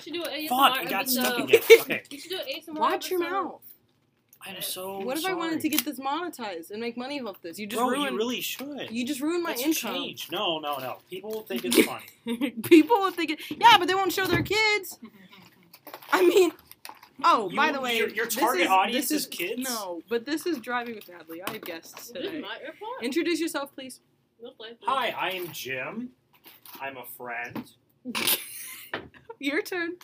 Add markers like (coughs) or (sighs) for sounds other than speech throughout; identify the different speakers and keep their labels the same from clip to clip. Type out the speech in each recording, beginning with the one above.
Speaker 1: Fuck,
Speaker 2: ASMR.
Speaker 1: it got
Speaker 2: I mean,
Speaker 3: (laughs)
Speaker 1: stuck
Speaker 2: no.
Speaker 1: again. Okay.
Speaker 2: You should do an ASMR.
Speaker 3: Watch your
Speaker 2: episode.
Speaker 3: mouth.
Speaker 1: I'm so
Speaker 3: What if I wanted
Speaker 1: sorry.
Speaker 3: to get this monetized and make money off this? You just
Speaker 1: Bro,
Speaker 3: ruined.
Speaker 1: you really should.
Speaker 3: you just ruined my
Speaker 1: Let's
Speaker 3: income.
Speaker 1: change. No, no, no. People will think it's (laughs) funny.
Speaker 3: (laughs) People will think it. Yeah, but they won't show their kids. I mean, oh,
Speaker 1: You-
Speaker 3: by the way,
Speaker 1: your- your
Speaker 3: this
Speaker 1: target
Speaker 3: is-
Speaker 1: audience
Speaker 3: this
Speaker 1: is kids?
Speaker 3: No, but this is driving with Natalie. I have guests
Speaker 2: This is
Speaker 3: today.
Speaker 2: my AirPod.
Speaker 3: Introduce yourself, please.
Speaker 2: No play.
Speaker 1: Hi, I am Jim. I'm a friend.
Speaker 3: Your turn.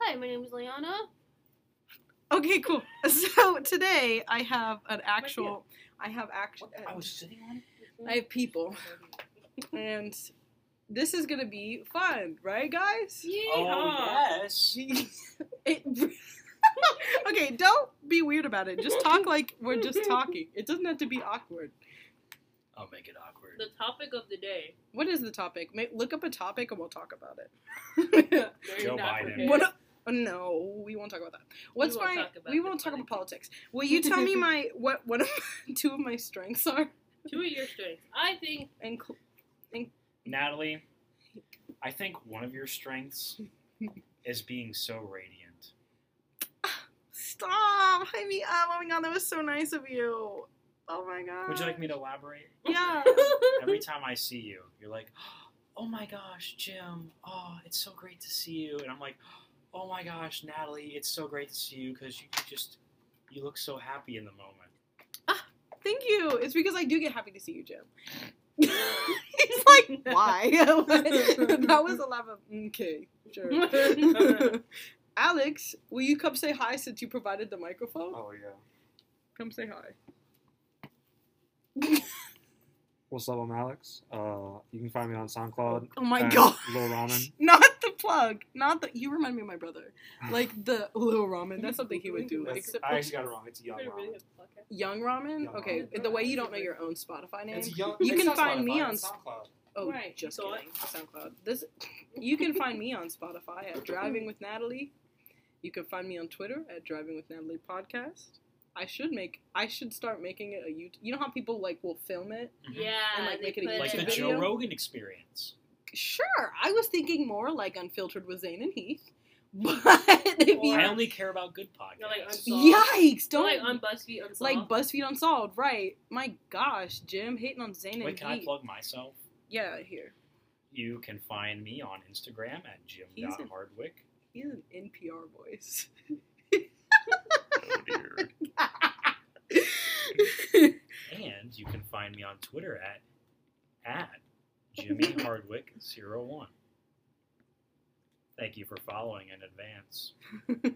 Speaker 2: Hi, my name is Liana.
Speaker 3: Okay, cool. (laughs) So today I have an actual. I have actual.
Speaker 1: I was sitting on it.
Speaker 3: I have people, and this is gonna be fun, right, guys?
Speaker 1: Oh,
Speaker 2: Yeehaw.
Speaker 1: yes.
Speaker 3: It, (laughs) okay, don't be weird about it. Just talk like we're just talking. It doesn't have to be awkward.
Speaker 1: I'll make it awkward.
Speaker 2: The topic of the day.
Speaker 3: What is the topic? Ma look up a topic and we'll talk about
Speaker 2: (laughs)
Speaker 3: it.
Speaker 2: Very
Speaker 1: Joe
Speaker 2: not
Speaker 1: Biden.
Speaker 2: prepared.
Speaker 3: what? oh, no, we won't talk about that. What's
Speaker 2: won't
Speaker 3: my?
Speaker 2: talk about
Speaker 3: we
Speaker 2: the
Speaker 3: won't talk about politics. Will you tell
Speaker 2: (laughs)
Speaker 3: me my what? What of- two of my strengths are?
Speaker 2: Two of your strengths. I
Speaker 1: (laughs)
Speaker 2: think (laughs)
Speaker 3: And cl-
Speaker 1: Natalie, I think one of your strengths is being so radiant.
Speaker 3: stop, hi me up. Oh my god, that was so nice of you. Oh my god.
Speaker 1: Would you like me to elaborate? (laughs)
Speaker 3: Yeah.
Speaker 1: Every time I see you, you're like, oh my gosh, Jim. Oh, it's so great to see you. And I'm like, oh my gosh, Natalie, it's so great to see you because you just, you look so happy in the moment.
Speaker 3: Thank you. It's because I do get happy to see you, Jim. (laughs) He's like, why? (laughs) that was a laugh of okay,
Speaker 2: (laughs)
Speaker 3: sure. Alex, will you come say hi since you provided the microphone?
Speaker 4: Oh yeah.
Speaker 3: Come say hi.
Speaker 4: (laughs) What's up? I'm Alex. Uh, you can find me on SoundCloud.
Speaker 3: Oh my
Speaker 4: at
Speaker 3: god. (laughs)
Speaker 4: Lil Ramen.
Speaker 3: Not the plug. Not the you remind me of my brother. Like the little ramen. That's something he would do. Like
Speaker 2: That's- Except-
Speaker 4: I actually got it wrong. It's Young
Speaker 2: We're gonna really
Speaker 4: Ramen.
Speaker 2: have to podcast.
Speaker 3: young ramen?
Speaker 4: Young
Speaker 3: okay.
Speaker 2: ramen.
Speaker 3: The way you don't know your own Spotify name.
Speaker 4: It's young.
Speaker 3: You
Speaker 4: it's
Speaker 3: can
Speaker 4: not
Speaker 3: find me
Speaker 4: Spotify,
Speaker 3: on
Speaker 4: it's SoundCloud.
Speaker 3: Oh,
Speaker 2: Right,
Speaker 3: just
Speaker 2: so I-
Speaker 3: kidding. SoundCloud. This, you can find me on Spotify at Driving with Natalie. You can find me on Twitter at Driving with Natalie Podcast. I should make. I should start making it a YouTube. You know how people like will film it.
Speaker 1: Mhm.
Speaker 2: Yeah.
Speaker 3: And, like,
Speaker 2: they
Speaker 3: make it a
Speaker 2: put
Speaker 1: Like the
Speaker 3: Video?
Speaker 1: Joe Rogan experience.
Speaker 3: Sure, I was thinking more like Unfiltered with Zayn and Heath, (laughs) but if
Speaker 2: Or-
Speaker 1: I
Speaker 3: you,
Speaker 1: only care about good podcasts.
Speaker 2: You're like, I'm sorry.
Speaker 3: yikes!
Speaker 2: Don't
Speaker 3: Don't
Speaker 2: like on BuzzFeed unsolved.
Speaker 3: like BuzzFeed Unsolved, right? My gosh, Jim hating on Zayn and
Speaker 1: Wait, can I
Speaker 3: Heath.
Speaker 1: plug myself?
Speaker 3: yeah, here
Speaker 1: You can find me on Instagram at
Speaker 3: He's a-
Speaker 1: jim.hardwick.
Speaker 3: he's an NPR voice.
Speaker 4: Oh dear.
Speaker 1: And you can find me on Twitter at at Jimmy Hardwick 01. Thank you for following in advance.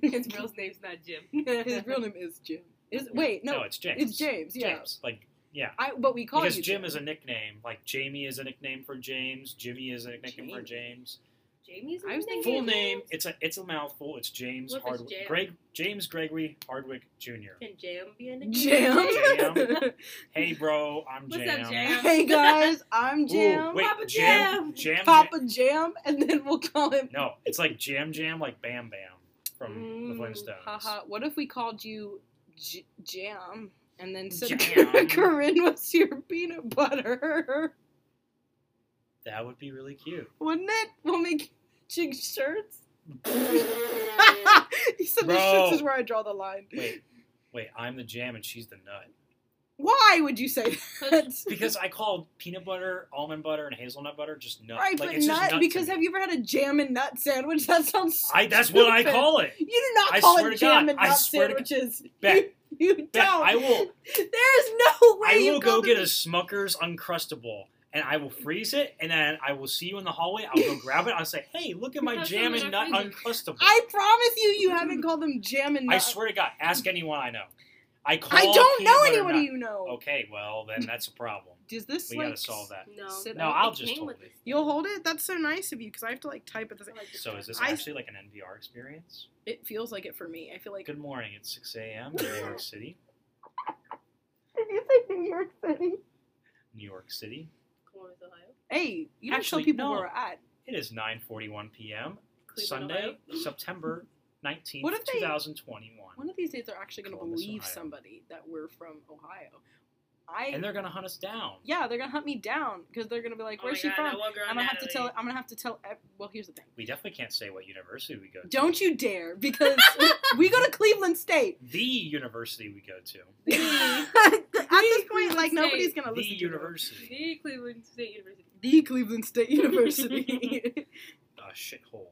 Speaker 2: His
Speaker 3: (laughs)
Speaker 2: real name's not Jim.
Speaker 1: (laughs)
Speaker 3: His real name is Jim. Is wait no,
Speaker 1: it's James.
Speaker 3: it's James. Yeah,
Speaker 1: Oh, James. Like, yeah.
Speaker 3: I but we call
Speaker 1: Because
Speaker 3: you
Speaker 1: Jim, is a nickname. Like, Jamie is a nickname for James. Jimmy is a nickname
Speaker 3: Jamie.
Speaker 1: for James.
Speaker 2: Jamie's.
Speaker 3: I was
Speaker 2: name?
Speaker 1: Full name. It's a it's a mouthful. It's James
Speaker 2: What if it's
Speaker 1: Hardwick.
Speaker 2: Jam?
Speaker 1: Greg, James Gregory Hardwick Jr.
Speaker 2: Can Jam be a nickname?
Speaker 3: Jam.
Speaker 2: (laughs)
Speaker 1: Jam. Hey, bro. I'm
Speaker 2: What's
Speaker 1: Jam.
Speaker 2: up, Jam?
Speaker 3: (laughs) hey guys, I'm Jim.
Speaker 1: Ooh, wait,
Speaker 2: Papa
Speaker 1: Jam. Jam.
Speaker 3: Papa Jam, and then we'll call him.
Speaker 1: No, it's like Jam Jam, like Bam Bam from
Speaker 2: Mm,
Speaker 1: the Flintstones.
Speaker 3: Haha. What if we called you J- Jam, and then said (laughs)
Speaker 1: Jam.
Speaker 3: Corinne was your peanut butter,
Speaker 1: That would be really cute.
Speaker 3: wouldn't it? We'll make chick shirts. (laughs) he said the
Speaker 1: Bro.
Speaker 3: shirts is where I draw the line.
Speaker 1: Wait, wait, I'm the jam and she's the nut.
Speaker 3: Why would you say
Speaker 1: (laughs)
Speaker 3: that?
Speaker 1: Because I called peanut butter, almond butter, and hazelnut butter just nut.
Speaker 3: Right,
Speaker 1: like,
Speaker 3: but
Speaker 1: it's just
Speaker 3: nut,
Speaker 1: nut to
Speaker 3: because
Speaker 1: me.
Speaker 3: have you ever had a jam and nut sandwich? (laughs) That sounds.
Speaker 1: I that's what I
Speaker 3: stupid.
Speaker 1: call it.
Speaker 3: You do not
Speaker 1: I
Speaker 3: call
Speaker 1: swear
Speaker 3: it
Speaker 1: to
Speaker 3: jam
Speaker 1: God,
Speaker 3: and
Speaker 1: I
Speaker 3: nut
Speaker 1: swear to God.
Speaker 3: sandwiches. (laughs)
Speaker 1: Beth,
Speaker 3: you, you
Speaker 1: Beth,
Speaker 3: don't.
Speaker 1: I will
Speaker 3: There is no way.
Speaker 1: I
Speaker 3: you
Speaker 1: will go
Speaker 3: call
Speaker 1: get a
Speaker 3: them-
Speaker 1: Smucker's Uncrustable and I will freeze it and then I will see you in the hallway. I'll go grab it. I'll say, Hey,
Speaker 3: (laughs)
Speaker 1: look at
Speaker 2: We
Speaker 1: my
Speaker 2: have
Speaker 1: jam
Speaker 2: some
Speaker 1: and
Speaker 2: in
Speaker 1: nut
Speaker 2: our
Speaker 1: uncrustable.
Speaker 3: I promise you, you haven't called them jam and nut.
Speaker 1: I swear to God, ask anyone I know. I call
Speaker 3: I don't
Speaker 1: peanut
Speaker 3: know
Speaker 1: butter
Speaker 3: anyone
Speaker 1: nut.
Speaker 3: you know.
Speaker 1: Okay, well then that's a problem.
Speaker 3: Does this
Speaker 1: We
Speaker 3: like?
Speaker 1: gotta solve that.
Speaker 2: No.
Speaker 3: Sit
Speaker 1: No,
Speaker 3: up.
Speaker 1: I'll
Speaker 2: It
Speaker 1: just
Speaker 2: came
Speaker 1: hold
Speaker 2: with
Speaker 1: it.
Speaker 2: this.
Speaker 3: You'll hold it. That's so nice of you because I have to like type at this.
Speaker 1: So is this
Speaker 3: I-
Speaker 1: actually like an NPR experience?
Speaker 3: It feels like it for me. I feel like.
Speaker 1: Good morning. It's 6 a.m. in New York City.
Speaker 3: Did you say New York City?
Speaker 1: New York City.
Speaker 2: Columbus, Ohio.
Speaker 3: Hey, you don't
Speaker 1: Actually,
Speaker 3: show people
Speaker 1: no.
Speaker 3: where we're at.
Speaker 1: It is 9:41 p.m.
Speaker 2: Cleveland,
Speaker 1: Sunday,
Speaker 2: Ohio.
Speaker 1: September 19th,
Speaker 3: What if they-
Speaker 1: 2021.
Speaker 3: One of these days, they're actually going to
Speaker 1: Columbus,
Speaker 3: believe
Speaker 1: Ohio.
Speaker 3: somebody that we're from Ohio. I
Speaker 1: and they're gonna hunt us down.
Speaker 3: yeah, they're gonna hunt me down because they're gonna be like,
Speaker 2: Oh my
Speaker 3: "Where's she
Speaker 2: God,
Speaker 3: from?"
Speaker 2: that one girl,
Speaker 3: I'm gonna have to
Speaker 2: Natalie.
Speaker 3: tell.
Speaker 2: (laughs)
Speaker 3: I'm gonna have to tell. ev- Well, here's the thing.
Speaker 1: We definitely can't say what university we go to.
Speaker 3: Don't you
Speaker 2: (laughs)
Speaker 3: dare, because we go to Cleveland State.
Speaker 1: The university we go to.
Speaker 3: At this point, like
Speaker 2: State.
Speaker 3: nobody's gonna
Speaker 1: the
Speaker 3: Oh, listen. to them.
Speaker 1: university.
Speaker 2: The Cleveland State University.
Speaker 3: The Cleveland
Speaker 2: (laughs)
Speaker 3: State University.
Speaker 1: A Ah, shithole.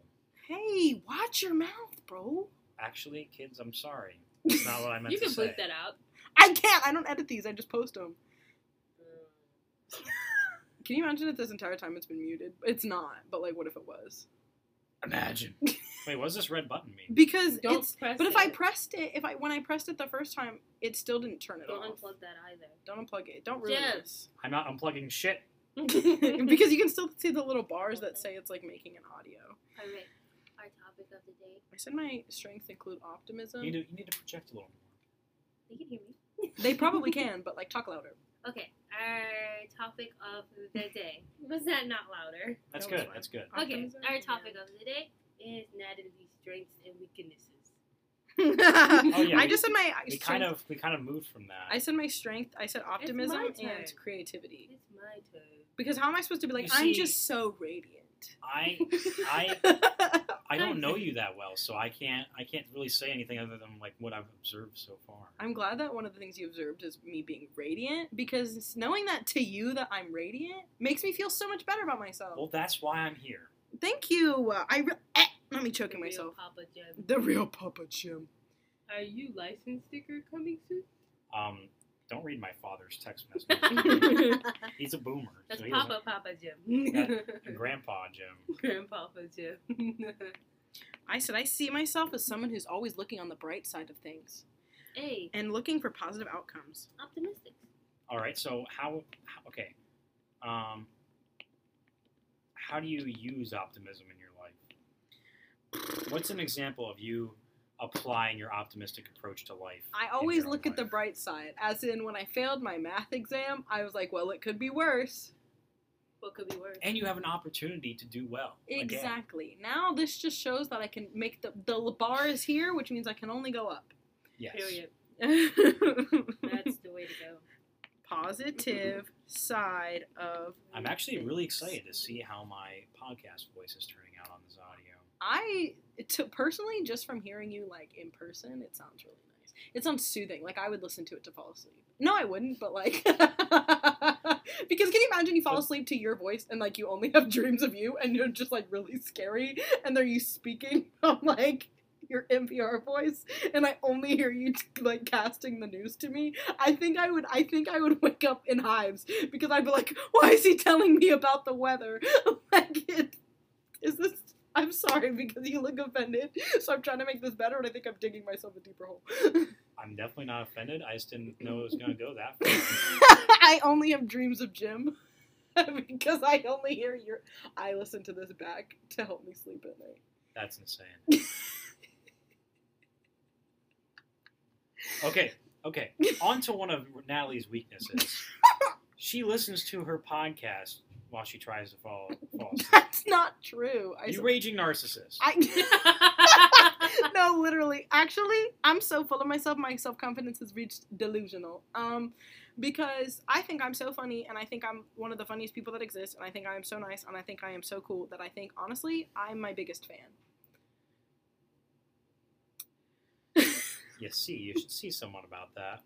Speaker 3: hey, watch your mouth, bro.
Speaker 1: Actually, kids, I'm sorry.
Speaker 3: (laughs)
Speaker 1: It's not what I meant
Speaker 2: You
Speaker 1: to
Speaker 2: can
Speaker 1: say.
Speaker 2: bleep that out.
Speaker 3: I can't. I don't edit these. I just post them. Can you imagine if this entire time it's been muted? It's not. But like, what if it was?
Speaker 1: Imagine. Wait, what does this red button mean?
Speaker 3: Because
Speaker 2: Don't
Speaker 3: it's.
Speaker 2: press
Speaker 3: But if I
Speaker 2: it.
Speaker 3: pressed it, if I when I pressed it the first time, it still didn't turn it
Speaker 2: Don't
Speaker 3: off.
Speaker 2: unplug that
Speaker 3: (laughs)
Speaker 2: either.
Speaker 3: Don't unplug it. Don't ruin
Speaker 2: Yes.
Speaker 3: this.
Speaker 1: I'm not unplugging shit.
Speaker 3: (laughs) because you can still see the little bars that say it's like making an audio.
Speaker 2: All right, our topic of the day.
Speaker 3: I said my strengths include optimism.
Speaker 1: You need to, you need to project a little more.
Speaker 2: They can hear me.
Speaker 3: They probably can, but like talk louder.
Speaker 2: Okay, our topic of the day. Was that not louder?
Speaker 1: That's
Speaker 3: That was
Speaker 1: good.
Speaker 3: fine.
Speaker 1: That's good.
Speaker 2: (laughs) Okay,
Speaker 3: Optimism,
Speaker 2: our
Speaker 3: yeah. (laughs)
Speaker 2: topic of the day is Natalie's strengths and weaknesses.
Speaker 1: Oh, yeah,
Speaker 3: I
Speaker 1: we-
Speaker 3: just said my
Speaker 1: We
Speaker 3: strength,
Speaker 1: kind of we kind of moved from that.
Speaker 3: I said my strength. I said optimism
Speaker 2: my
Speaker 3: and
Speaker 2: turn.
Speaker 3: creativity.
Speaker 2: It's my turn.
Speaker 3: Because how am I supposed to be like
Speaker 1: You
Speaker 3: I'm
Speaker 1: see-
Speaker 3: just so
Speaker 1: (laughs)
Speaker 3: radiant?
Speaker 1: I
Speaker 3: (laughs)
Speaker 1: I I don't know you that well, so I can't I can't really say anything other than like what I've observed so far.
Speaker 3: I'm glad that one of the things you observed is me being radiant because knowing that to you that I'm radiant makes me feel so much better about myself.
Speaker 1: Well, that's why I'm here.
Speaker 3: Thank you. I re- eh, let me choking
Speaker 2: The real
Speaker 3: myself.
Speaker 2: Papa Jim.
Speaker 3: The real Papa Jim.
Speaker 2: Are you license sticker coming
Speaker 3: (laughs)
Speaker 2: soon? (laughs)
Speaker 1: Um, don't read my father's text messages. He's a boomer.
Speaker 2: That's
Speaker 1: so he
Speaker 2: Papa
Speaker 1: doesn't-
Speaker 2: Papa Jim. (laughs)
Speaker 1: and Grandpa Jim.
Speaker 2: Grandpapa Jim.
Speaker 3: I said, I see myself as someone who's always looking on the bright side of things
Speaker 2: (laughs) hey,
Speaker 3: and looking for positive outcomes.
Speaker 2: optimistic.
Speaker 1: All right. So how, how okay, um, how do you use optimism in your life? What's an example of you applying your optimistic approach to life?
Speaker 3: I
Speaker 1: in
Speaker 3: always
Speaker 1: your own
Speaker 3: look at the
Speaker 1: life?
Speaker 3: bright side, as in when I failed my math exam, I was like, well, it could be worse.
Speaker 2: What could be worse?
Speaker 1: And you have an opportunity to do well. again.
Speaker 3: Exactly. Now this just shows that I can make the the bar is here, which means I can only go up. (laughs)
Speaker 1: Yes.
Speaker 2: Period. That's the way to go. (laughs)
Speaker 1: (laughs)
Speaker 3: Positive side of
Speaker 1: I'm actually really excited to see how my podcast voice is turning out on this audio.
Speaker 3: I to personally just from hearing you like in person, it sounds really nice. It sounds soothing. Like I would listen to it to fall asleep. No, I wouldn't, but like (laughs) because can you imagine you fall
Speaker 1: But-
Speaker 3: asleep to your voice and like you only have dreams of you and you're just like really scary and there you speaking (laughs) from like your NPR voice and I only hear you like casting the news to me. I think I would I think I would (laughs) wake up in hives because I'd be like, why is he telling me about the weather? (laughs) like it is this (laughs) I'm sorry because you look offended. So I'm trying to make this better and I think I'm digging myself a deeper (laughs) hole.
Speaker 1: I'm definitely not offended. I just didn't know it was going to go that far.
Speaker 3: I only have dreams of Jim (laughs) because I only hear your I listen to this back to help me sleep at night.
Speaker 1: That's insane. okay, okay. On to one of Natalie's weaknesses. She listens to her podcast while she tries to fall, fall asleep.
Speaker 3: (laughs) That's not true. (laughs) I
Speaker 1: You raging narcissist.
Speaker 3: I (laughs) no, literally. Actually, I'm so full of myself. My self confidence has reached delusional. Um, because I think I'm so funny, and I think I'm one of the funniest people that exist, and I think I am so nice, and I think I am so cool that I think honestly I'm my biggest fan.
Speaker 1: you see, you should see someone about that.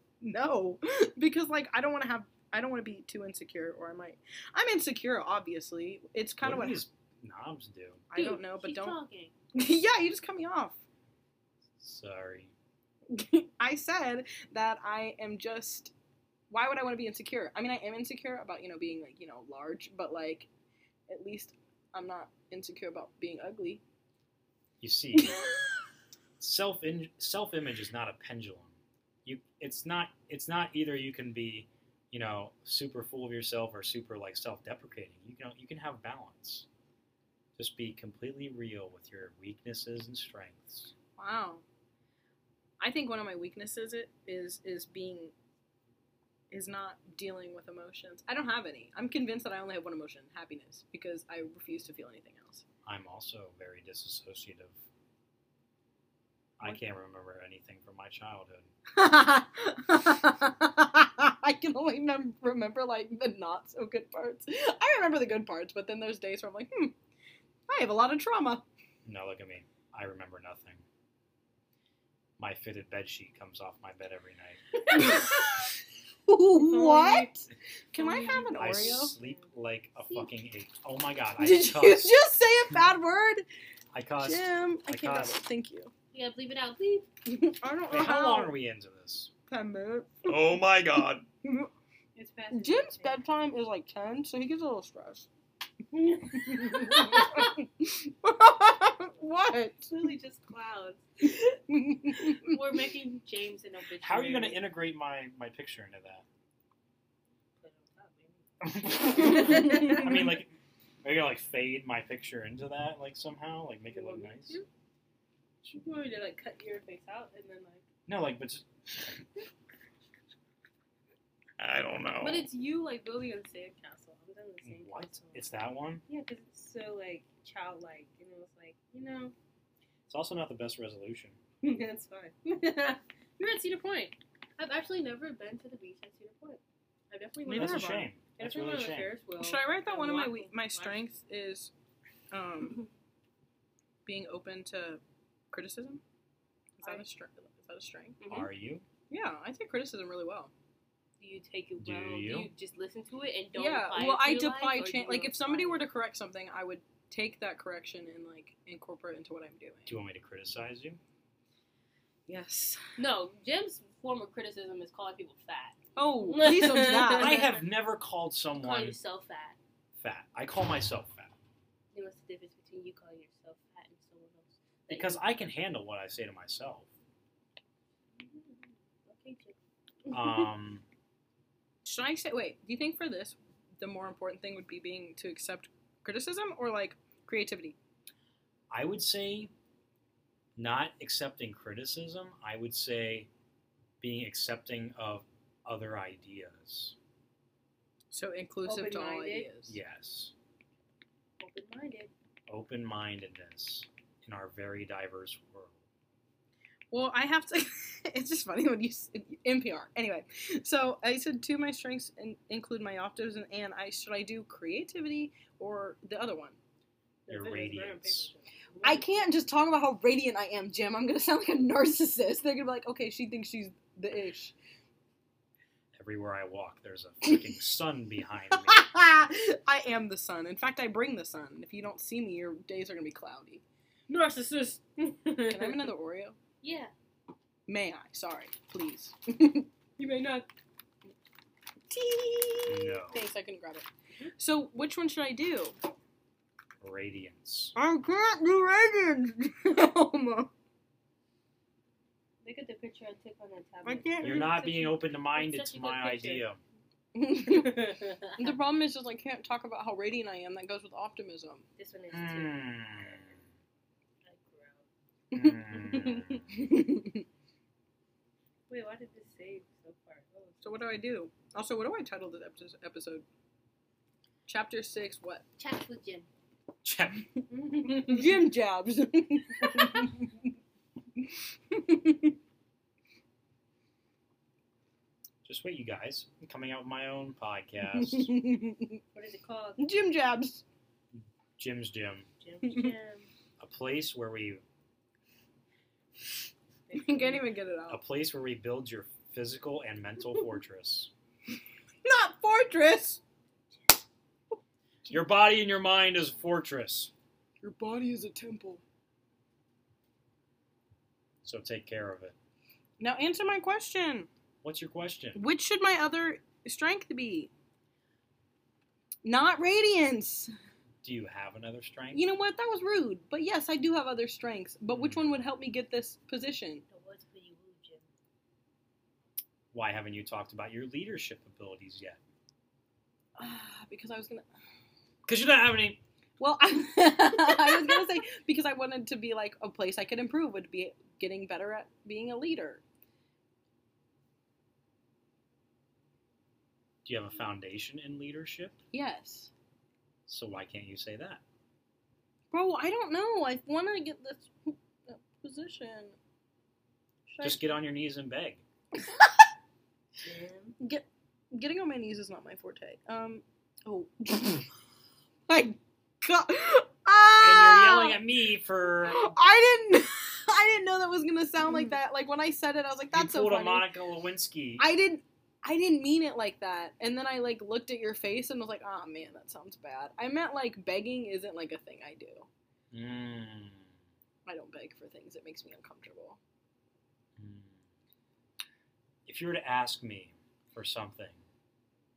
Speaker 3: (laughs) no, because like I don't want to have. I don't want to be too insecure, or I might. I'm insecure, obviously. It's kind of
Speaker 1: what
Speaker 3: what
Speaker 1: do these knobs do?
Speaker 3: I don't know, but
Speaker 2: Keep
Speaker 3: don't.
Speaker 2: Talking.
Speaker 3: (laughs) yeah, you just cut me off.
Speaker 1: Sorry.
Speaker 3: I said that I am just. Why would I want to be insecure? I mean, I am insecure about you know being like you know large, but like, at least I'm not insecure about being ugly. (laughs)
Speaker 1: You see, self in, self image is not a pendulum. You, it's not. It's not either. You can be, you know, super full of yourself or super like self deprecating. You can you can have balance. Just be completely real with your weaknesses and strengths.
Speaker 3: Wow. I think one of my weaknesses it is is being is not dealing with emotions. I don't have any. I'm convinced that I only have one emotion, happiness, because I refuse to feel anything else. (laughs)
Speaker 1: I'm also very disassociative. I can't remember anything from my childhood.
Speaker 3: I can only mem- remember like the not so good parts. I remember the good parts, but then there's days where I'm like, hmm, I have a lot of trauma. (laughs)
Speaker 1: No, look at me. I remember nothing. My fitted bed sheet comes off my bed every night.
Speaker 3: what? Can I
Speaker 2: only-
Speaker 3: have an
Speaker 1: I
Speaker 3: Oreo?
Speaker 1: sleep like a
Speaker 2: See?
Speaker 1: fucking ape. Oh my god, I
Speaker 3: Did you (laughs)
Speaker 1: cussed.
Speaker 3: just say a bad word,
Speaker 1: I cussed.
Speaker 3: Jim? I
Speaker 1: I
Speaker 3: can't.
Speaker 1: cussed.
Speaker 3: Thank you.
Speaker 2: Yeah, bleep it out. Bleep.
Speaker 3: I don't know
Speaker 1: Wait, how long are we into this?
Speaker 3: Ten minutes.
Speaker 1: Oh my god.
Speaker 2: It's fast.
Speaker 3: Jim's bedtime is like ten, so he gets a little stressed. (laughs) what?
Speaker 2: It's really just clouds. (laughs) We're making James an obituary.
Speaker 1: (laughs) How are
Speaker 2: (laughs)
Speaker 1: you gonna integrate my, my picture into that? I mean like are you gonna like fade my picture into that like somehow? Like make it look nice?
Speaker 2: You want me to like cut your face out and then like?
Speaker 1: No, like but just I don't know.
Speaker 2: But it's you like Billy on Sandcastle. I'm done with Sandcastle.
Speaker 1: Oh. What? It's that one?
Speaker 2: Yeah, because it's so like childlike, and it was like, you know,
Speaker 1: It's also not the best resolution.
Speaker 3: (laughs)
Speaker 2: that's fine. You're at Cedar Point. I've actually never been to the beach at Cedar Point. I definitely
Speaker 3: Neither
Speaker 1: That's
Speaker 2: want
Speaker 1: a
Speaker 3: have I.
Speaker 2: to.
Speaker 1: shame. That's
Speaker 2: Definitely
Speaker 1: really a
Speaker 2: want to
Speaker 1: shame.
Speaker 2: Ferris wheel.
Speaker 3: Should I write that
Speaker 2: and
Speaker 3: one of my
Speaker 2: walk-
Speaker 3: we- my
Speaker 2: walk-
Speaker 3: strengths is um, being open to criticism? Is that a strength? Is that a strength?
Speaker 2: Mhm.
Speaker 1: Are you?
Speaker 3: Yeah, I take criticism really well.
Speaker 2: Do you take it
Speaker 1: Do
Speaker 2: well? Do
Speaker 1: you?
Speaker 2: you just listen to it and don't?
Speaker 3: yeah,
Speaker 2: apply
Speaker 3: well,
Speaker 2: it to
Speaker 3: I
Speaker 2: your
Speaker 3: apply
Speaker 2: life, or do
Speaker 3: change.
Speaker 2: you
Speaker 3: Like, if somebody
Speaker 2: apply
Speaker 3: were to
Speaker 2: it?
Speaker 3: correct something, I would take that correction and like incorporate into what I'm doing.
Speaker 1: Do you want me to criticize you?
Speaker 3: Yes.
Speaker 2: no, Jim's form of criticism is calling people fat.
Speaker 3: (laughs) Oh, please don't do that.
Speaker 1: I have never called
Speaker 2: Call
Speaker 1: someone
Speaker 2: yourself fat.
Speaker 1: fat. I call myself fat
Speaker 2: You know what's the difference between you calling yourself fat and someone else? Like,
Speaker 1: because I can handle what I say
Speaker 2: (laughs)
Speaker 1: to myself.
Speaker 2: Mm-hmm. okay, Jim.
Speaker 1: Um,
Speaker 3: Should I say? Wait. Do you think for this, the more important thing would be being to accept criticism or like creativity?
Speaker 1: I would say not accepting criticism. I would say being accepting of other ideas.
Speaker 3: So inclusive to all
Speaker 2: Open-minded.
Speaker 3: ideas.
Speaker 1: Yes,
Speaker 2: Open-minded.
Speaker 1: open-mindedness in our very diverse world.
Speaker 3: Well, I have to. (laughs) it's just funny when you s- NPR. Anyway, so I said two of my strengths in, include my optimism and I should I do creativity or the other one?
Speaker 1: Your
Speaker 2: That's it, it's very
Speaker 1: radiance.
Speaker 2: important. (laughs)
Speaker 3: I can't just talk about how radiant I am, Jim. I'm gonna sound like a (laughs) narcissist. They're gonna be like, okay, she thinks she's the ish.
Speaker 1: Everywhere I walk, there's a
Speaker 2: (laughs)
Speaker 1: fucking sun behind me.
Speaker 3: (laughs) I am the sun. In fact, I bring the sun. If you don't see me, your days are gonna be cloudy.
Speaker 2: Narcissist.
Speaker 3: Can I have another Oreo?
Speaker 2: Yeah.
Speaker 3: May I? Sorry, please.
Speaker 2: (laughs) You may not.
Speaker 1: No,
Speaker 3: Thanks, I couldn't grab it. So, which one should I do?
Speaker 2: (laughs)
Speaker 1: radiance.
Speaker 3: I can't do (laughs) radiant.
Speaker 2: Look at the picture I took on that
Speaker 3: I
Speaker 2: tablet.
Speaker 3: can't.
Speaker 2: (laughs)
Speaker 1: You're not being open-minded to
Speaker 2: It's such a
Speaker 1: my
Speaker 2: good picture.
Speaker 1: idea.
Speaker 3: (laughs) the problem is, is I can't talk about how radiant I am. That goes with optimism.
Speaker 2: (laughs)
Speaker 3: (laughs)
Speaker 2: this one is too. Like, gross.
Speaker 1: Mm. Hmm.
Speaker 2: (laughs)
Speaker 1: Mm.
Speaker 2: Wait, why did this save so far? Oh,
Speaker 3: so what do I do? Also, what do I title this epi- episode? Chapter six. (laughs) What?
Speaker 2: chats with Jim.
Speaker 1: Check.
Speaker 3: Jim (laughs) jabs.
Speaker 1: Just wait, you guys. I'm coming out with my own
Speaker 3: (laughs)
Speaker 1: podcast.
Speaker 2: what is it called?
Speaker 3: Jim jabs.
Speaker 1: Jim's Gym,
Speaker 2: Jim. Jim.
Speaker 1: a place where we
Speaker 3: I can't even get it
Speaker 1: a
Speaker 3: out.
Speaker 1: place where we build your physical
Speaker 3: (laughs)
Speaker 1: and mental fortress.
Speaker 3: Not fortress.
Speaker 1: Your body and your mind is a fortress.
Speaker 3: Your body is a temple.
Speaker 1: So take care of it.
Speaker 3: Now answer my question.
Speaker 1: What's your question?
Speaker 3: Which should my other strength be? Not radiance.
Speaker 1: Do you have another strength?
Speaker 3: You know what? That was rude. But yes, I do have other strengths. But which one would help me get this position? (sighs)
Speaker 2: The words for you, woo, Jim.
Speaker 1: Why haven't you talked about your leadership abilities yet?
Speaker 3: Ah, because I was gonna.
Speaker 1: Because you don't have any.
Speaker 3: Well, (laughs) I, I was gonna say because I wanted to be like a place I could improve would be getting better at being a leader.
Speaker 1: Do you have a foundation in leadership?
Speaker 3: Yes,
Speaker 1: So why can't you say that?
Speaker 3: bro. I don't know. I want to get this uh, position. Should
Speaker 1: Just get on your knees and beg.
Speaker 2: Jim.
Speaker 3: I get getting on my knees is not my forte. Um.
Speaker 1: (laughs)
Speaker 3: Oh. (laughs) my God.
Speaker 1: And
Speaker 3: Ah!
Speaker 1: you're yelling at me for Mm.
Speaker 3: I didn't. (laughs) I didn't know that was gonna sound like that. Like when I said it, I was like, (gasps) "That's
Speaker 1: you
Speaker 3: so
Speaker 1: pulled
Speaker 3: funny."
Speaker 1: a Monica Lewinsky.
Speaker 3: I didn't. I didn't mean it like that. And then I like looked at your face and was like, "Oh man, that sounds bad." I meant like begging isn't like a thing I do.
Speaker 1: Mm.
Speaker 3: I don't beg for things. It makes me uncomfortable.
Speaker 1: Mm. If you were to ask me for something,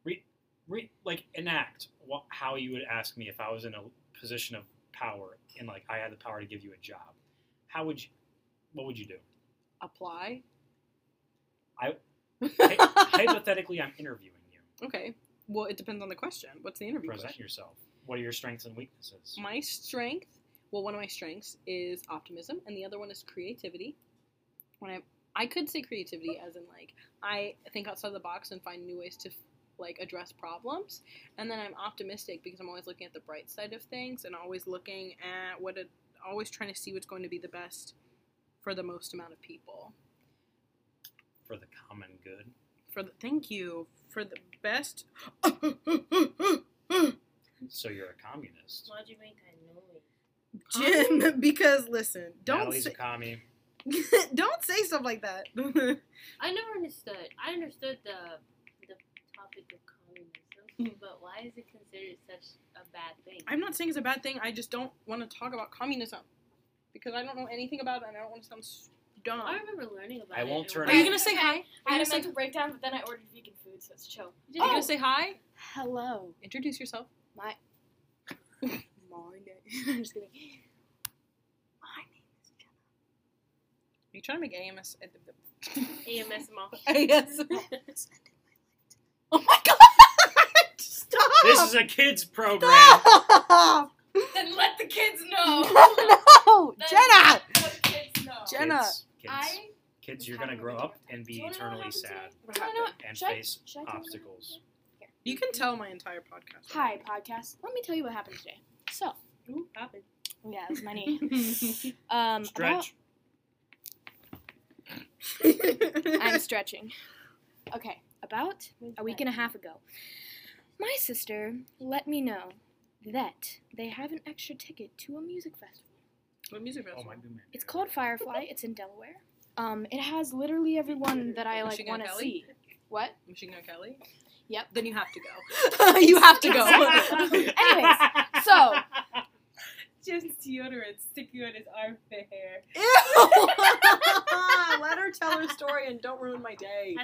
Speaker 1: re, re, like enact what, how you would ask me if I was in a position of power and like I had the power to give you a job, how would you? What would
Speaker 3: (laughs)
Speaker 1: you do?
Speaker 3: Apply. (laughs)
Speaker 1: I- Hy- Hypothetically, I'm interviewing you.
Speaker 3: okay. Well, it depends on the question. What's the interview
Speaker 1: Present
Speaker 3: question?
Speaker 1: yourself. What are your strengths and weaknesses?
Speaker 3: My strength. Well, one of my strengths is optimism, and the other one is creativity. When I I could say creativity as in like I think outside the box and find new ways to like address problems, and then I'm optimistic because I'm always looking at the bright side of things and always looking at what it, always trying to see what's going to be the best for the most amount of people.
Speaker 1: For the common good.
Speaker 3: For the thank you for the (laughs) best.
Speaker 1: So you're a communist.
Speaker 2: Why'd you make that noise?
Speaker 3: Jim, because listen, don't
Speaker 1: Natalie's
Speaker 3: say, (laughs)
Speaker 1: a commie.
Speaker 3: don't say stuff like that. (laughs) I
Speaker 2: I never understood. I understood the the topic of communism, but why is it considered such a bad thing?
Speaker 3: am not saying it's a bad thing. I just don't want to talk about communism because I don't know anything about it, and I don't want to sound s- dumb.
Speaker 2: I remember learning about
Speaker 1: I
Speaker 2: it.
Speaker 1: won't
Speaker 2: and
Speaker 1: turn
Speaker 2: why-
Speaker 3: Are you gonna say
Speaker 5: Okay.
Speaker 3: hi?
Speaker 5: I had
Speaker 3: gonna
Speaker 5: a
Speaker 3: say-
Speaker 5: mental breakdown, but then I ordered vegan food, so it's chill.
Speaker 3: Are you
Speaker 2: Oh.
Speaker 3: gonna say hi?
Speaker 5: Hello.
Speaker 3: Introduce yourself.
Speaker 5: My. (laughs) My name. (laughs) I'm just kidding. My name is Jenna.
Speaker 3: Are you trying to make AMS?
Speaker 2: AMS mom.
Speaker 3: (laughs) AMS. Oh
Speaker 5: (laughs)
Speaker 3: my god! Stop!
Speaker 1: This is a kids program.
Speaker 3: Stop!
Speaker 5: (laughs) Then let the kids (laughs)
Speaker 3: (laughs)
Speaker 5: know.
Speaker 3: no,
Speaker 5: Then
Speaker 3: Jenna.
Speaker 5: Let the kids know.
Speaker 3: Jen- Jenna,
Speaker 1: Kids, kids,
Speaker 5: I.
Speaker 1: kids,
Speaker 5: was
Speaker 1: you're gonna
Speaker 5: having a
Speaker 1: grow
Speaker 5: really
Speaker 1: up
Speaker 5: hard
Speaker 1: and
Speaker 5: time. Do
Speaker 1: be
Speaker 5: you wanna
Speaker 1: eternally
Speaker 5: know what happened to
Speaker 1: sad
Speaker 5: me? Do you wanna know what-
Speaker 1: and
Speaker 5: should I-
Speaker 1: face
Speaker 5: should I tell you what
Speaker 1: obstacles.
Speaker 3: You can tell my entire
Speaker 5: (laughs)
Speaker 3: podcast.
Speaker 5: happened? Hi, podcast. Let me tell you what happened today. So,
Speaker 3: Ooh, pop it.
Speaker 5: yeah, it was my (laughs) knee. Um, about-
Speaker 1: Stretch.
Speaker 5: (laughs) I'm stretching. Okay, about a week and a half ago, my sister let me know that they have an extra ticket to a music festival.
Speaker 3: what music
Speaker 1: Oh
Speaker 3: festival?
Speaker 1: my goodness.
Speaker 5: It's called
Speaker 1: (laughs)
Speaker 5: Firefly. It's in Delaware. Um, it has literally everyone that I like
Speaker 3: Michigan
Speaker 5: want to
Speaker 3: Kelly?
Speaker 5: see. (laughs) What?
Speaker 3: Machine Gun Kelly?
Speaker 5: Yep.
Speaker 3: Then you have to go. (laughs) you have to go.
Speaker 5: Anyways,
Speaker 3: (laughs)
Speaker 5: so
Speaker 2: Just deodorant sticking on his armpit hair.
Speaker 3: Let her tell her story and don't ruin my day.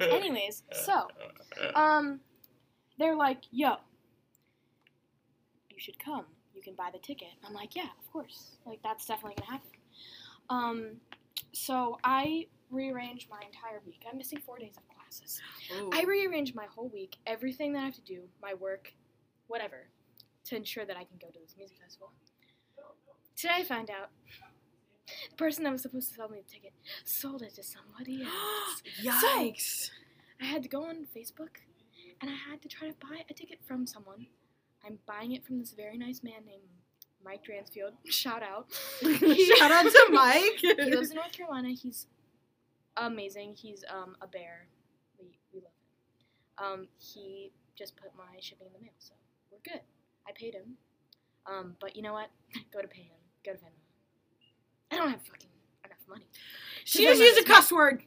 Speaker 5: anyways, so um, they're like, "Yo, you should come. You can buy the ticket." I'm like, "Yeah, of course. Like that's definitely gonna happen." Um, so I rearranged my entire week. I'm missing four days of classes. I rearrange my whole week, everything that I have to do, my work, whatever, to ensure that I can go to this music festival. Today I found out the person that was supposed to sell me the ticket sold it to somebody else.
Speaker 3: Yikes.
Speaker 5: I had to go on Facebook and I had to try to buy a ticket from someone. I'm buying it from this very nice man named Mike Dransfield. (laughs) Shout out.
Speaker 3: Shout out to Mike.
Speaker 5: He lives in North Carolina. He's amazing. He's um, a bear. We, we love him. Um, he just put my shipping in the mail, so we're good. I paid him. Um, but you know what? (laughs) Go to pay him. Go to Venmo. I don't have fucking enough money.
Speaker 3: she just used a cuss word.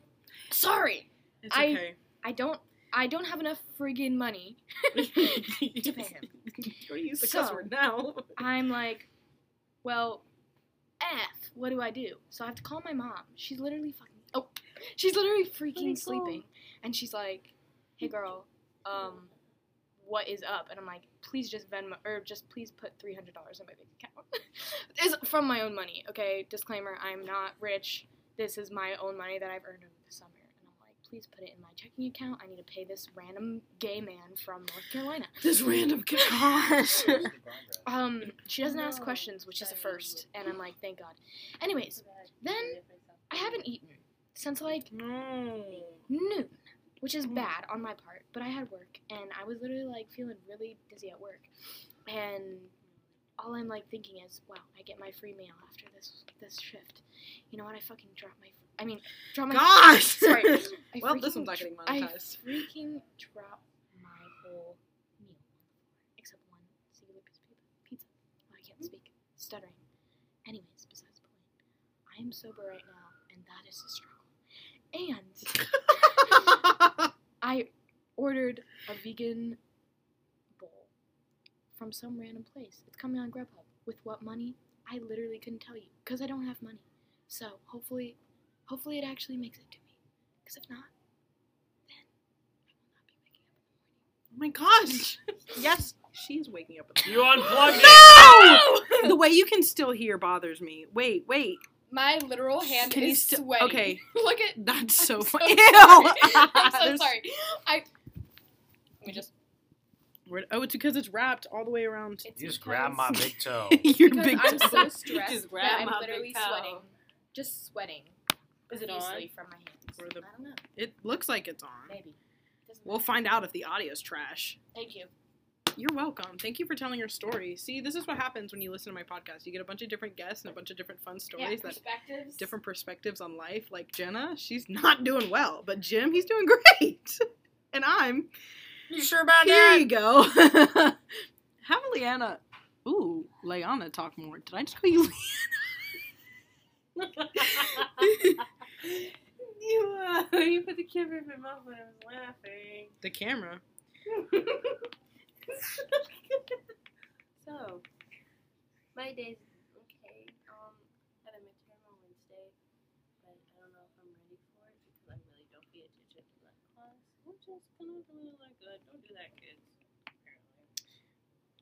Speaker 5: Sorry.
Speaker 3: It's
Speaker 5: I- I don't. I don't have enough friggin' money.
Speaker 3: to
Speaker 5: pay him.
Speaker 3: Go to use the
Speaker 5: So-
Speaker 3: cuss word now.
Speaker 5: I'm like, well, F, what do I do? So I have to call my mom. She's literally fucking, oh, she's literally freaking sleeping. And she's like, hey girl, um, what is up? And I'm like, please just Venmo, or just please put $300 in my bank account. (laughs) it's from my own money, okay? Disclaimer, I'm not rich. This is my own money that I've earned over the summer. And I'm like, please put it in my checking account. I need to pay this random gay man from North Carolina.
Speaker 3: This (laughs) random gosh.
Speaker 5: Um, she doesn't ask
Speaker 2: No.
Speaker 5: questions, which is a
Speaker 2: Sorry.
Speaker 5: first, and I'm like, thank God. Anyways, Then, I haven't eaten since like
Speaker 3: no.
Speaker 5: noon, which
Speaker 3: Mm.
Speaker 5: is bad on my part, but I had work, and I was literally like feeling really dizzy at work, and all I'm like thinking is, wow, I get my free meal after this this shift. You know what? I fucking dropped my. I mean, drop my.
Speaker 3: Gosh!
Speaker 5: (laughs)
Speaker 3: (laughs)
Speaker 5: Sorry. I
Speaker 3: Well, this one's
Speaker 5: freaking
Speaker 3: not
Speaker 5: dr-
Speaker 3: getting
Speaker 5: I (laughs)
Speaker 3: monetized.
Speaker 5: freaking dropped my whole meal, except one singular piece of pizza. pizza. Oh, I can't speak. Stuttering. Anyways, besides the point, I am sober right now, and that is a struggle. And
Speaker 3: Oh
Speaker 5: I ordered a vegan bowl from some random place. It's coming on Grubhub. With what money? I literally couldn't tell you because I don't have money. So hopefully, hopefully it actually makes it to me. Because if not, then I will not be waking up in the morning.
Speaker 3: Oh my gosh. Yes, she's waking up.
Speaker 1: You unplugged it.
Speaker 3: no! the way you can still hear bothers me. Wait, wait.
Speaker 6: My
Speaker 2: Oh,
Speaker 6: literal hand
Speaker 3: Can you
Speaker 6: is
Speaker 3: still-
Speaker 6: sweating.
Speaker 3: okay.
Speaker 6: (laughs) Look at.
Speaker 3: That's so
Speaker 6: I'm
Speaker 3: funny.
Speaker 6: sorry.
Speaker 3: Ew.
Speaker 2: (laughs)
Speaker 6: I'm so
Speaker 3: (laughs) There's-
Speaker 6: sorry. I. Let me just.
Speaker 3: Where- Oh, it's because it's wrapped all the way
Speaker 6: It's
Speaker 3: around
Speaker 1: You just
Speaker 6: because-
Speaker 1: grabbed my big
Speaker 3: (laughs)
Speaker 1: toe.
Speaker 6: (laughs)
Speaker 3: your
Speaker 6: Because
Speaker 3: big
Speaker 6: I'm
Speaker 3: toe.
Speaker 6: so stressed
Speaker 7: Just grab
Speaker 6: that
Speaker 7: my
Speaker 6: I'm
Speaker 7: big
Speaker 6: literally
Speaker 7: toe.
Speaker 6: sweating. Just sweating.
Speaker 7: Is it
Speaker 6: profusely from my hands.
Speaker 3: Or the-
Speaker 6: I don't know.
Speaker 3: It looks like it's on.
Speaker 6: Maybe. Doesn't
Speaker 3: We'll
Speaker 6: matter.
Speaker 3: find out if the audio's trash.
Speaker 6: Thank you.
Speaker 3: You're welcome. Thank you for telling your story. See, this is what happens when you listen to my podcast. You get a bunch of different guests and a bunch of different fun
Speaker 6: Yeah,
Speaker 3: stories that
Speaker 6: perspectives.
Speaker 3: different perspectives on life. Like Jenna, she's not doing well, but Jim, he's doing (laughs) great. And I'm
Speaker 7: You sure about
Speaker 3: here. You go. (laughs) Have Leanna, ooh, Leanna, talk more. Did I just call you?
Speaker 7: you, uh, you put the camera in my mouth when I was laughing.
Speaker 3: The camera.
Speaker 2: (laughs)
Speaker 7: So,
Speaker 2: My day's okay. Um, I had a midterm on Wednesday, but I don't know if I'm ready for it because I really don't pay attention to that class. I'm just gonna do like good. Don't do that, kids. Apparently.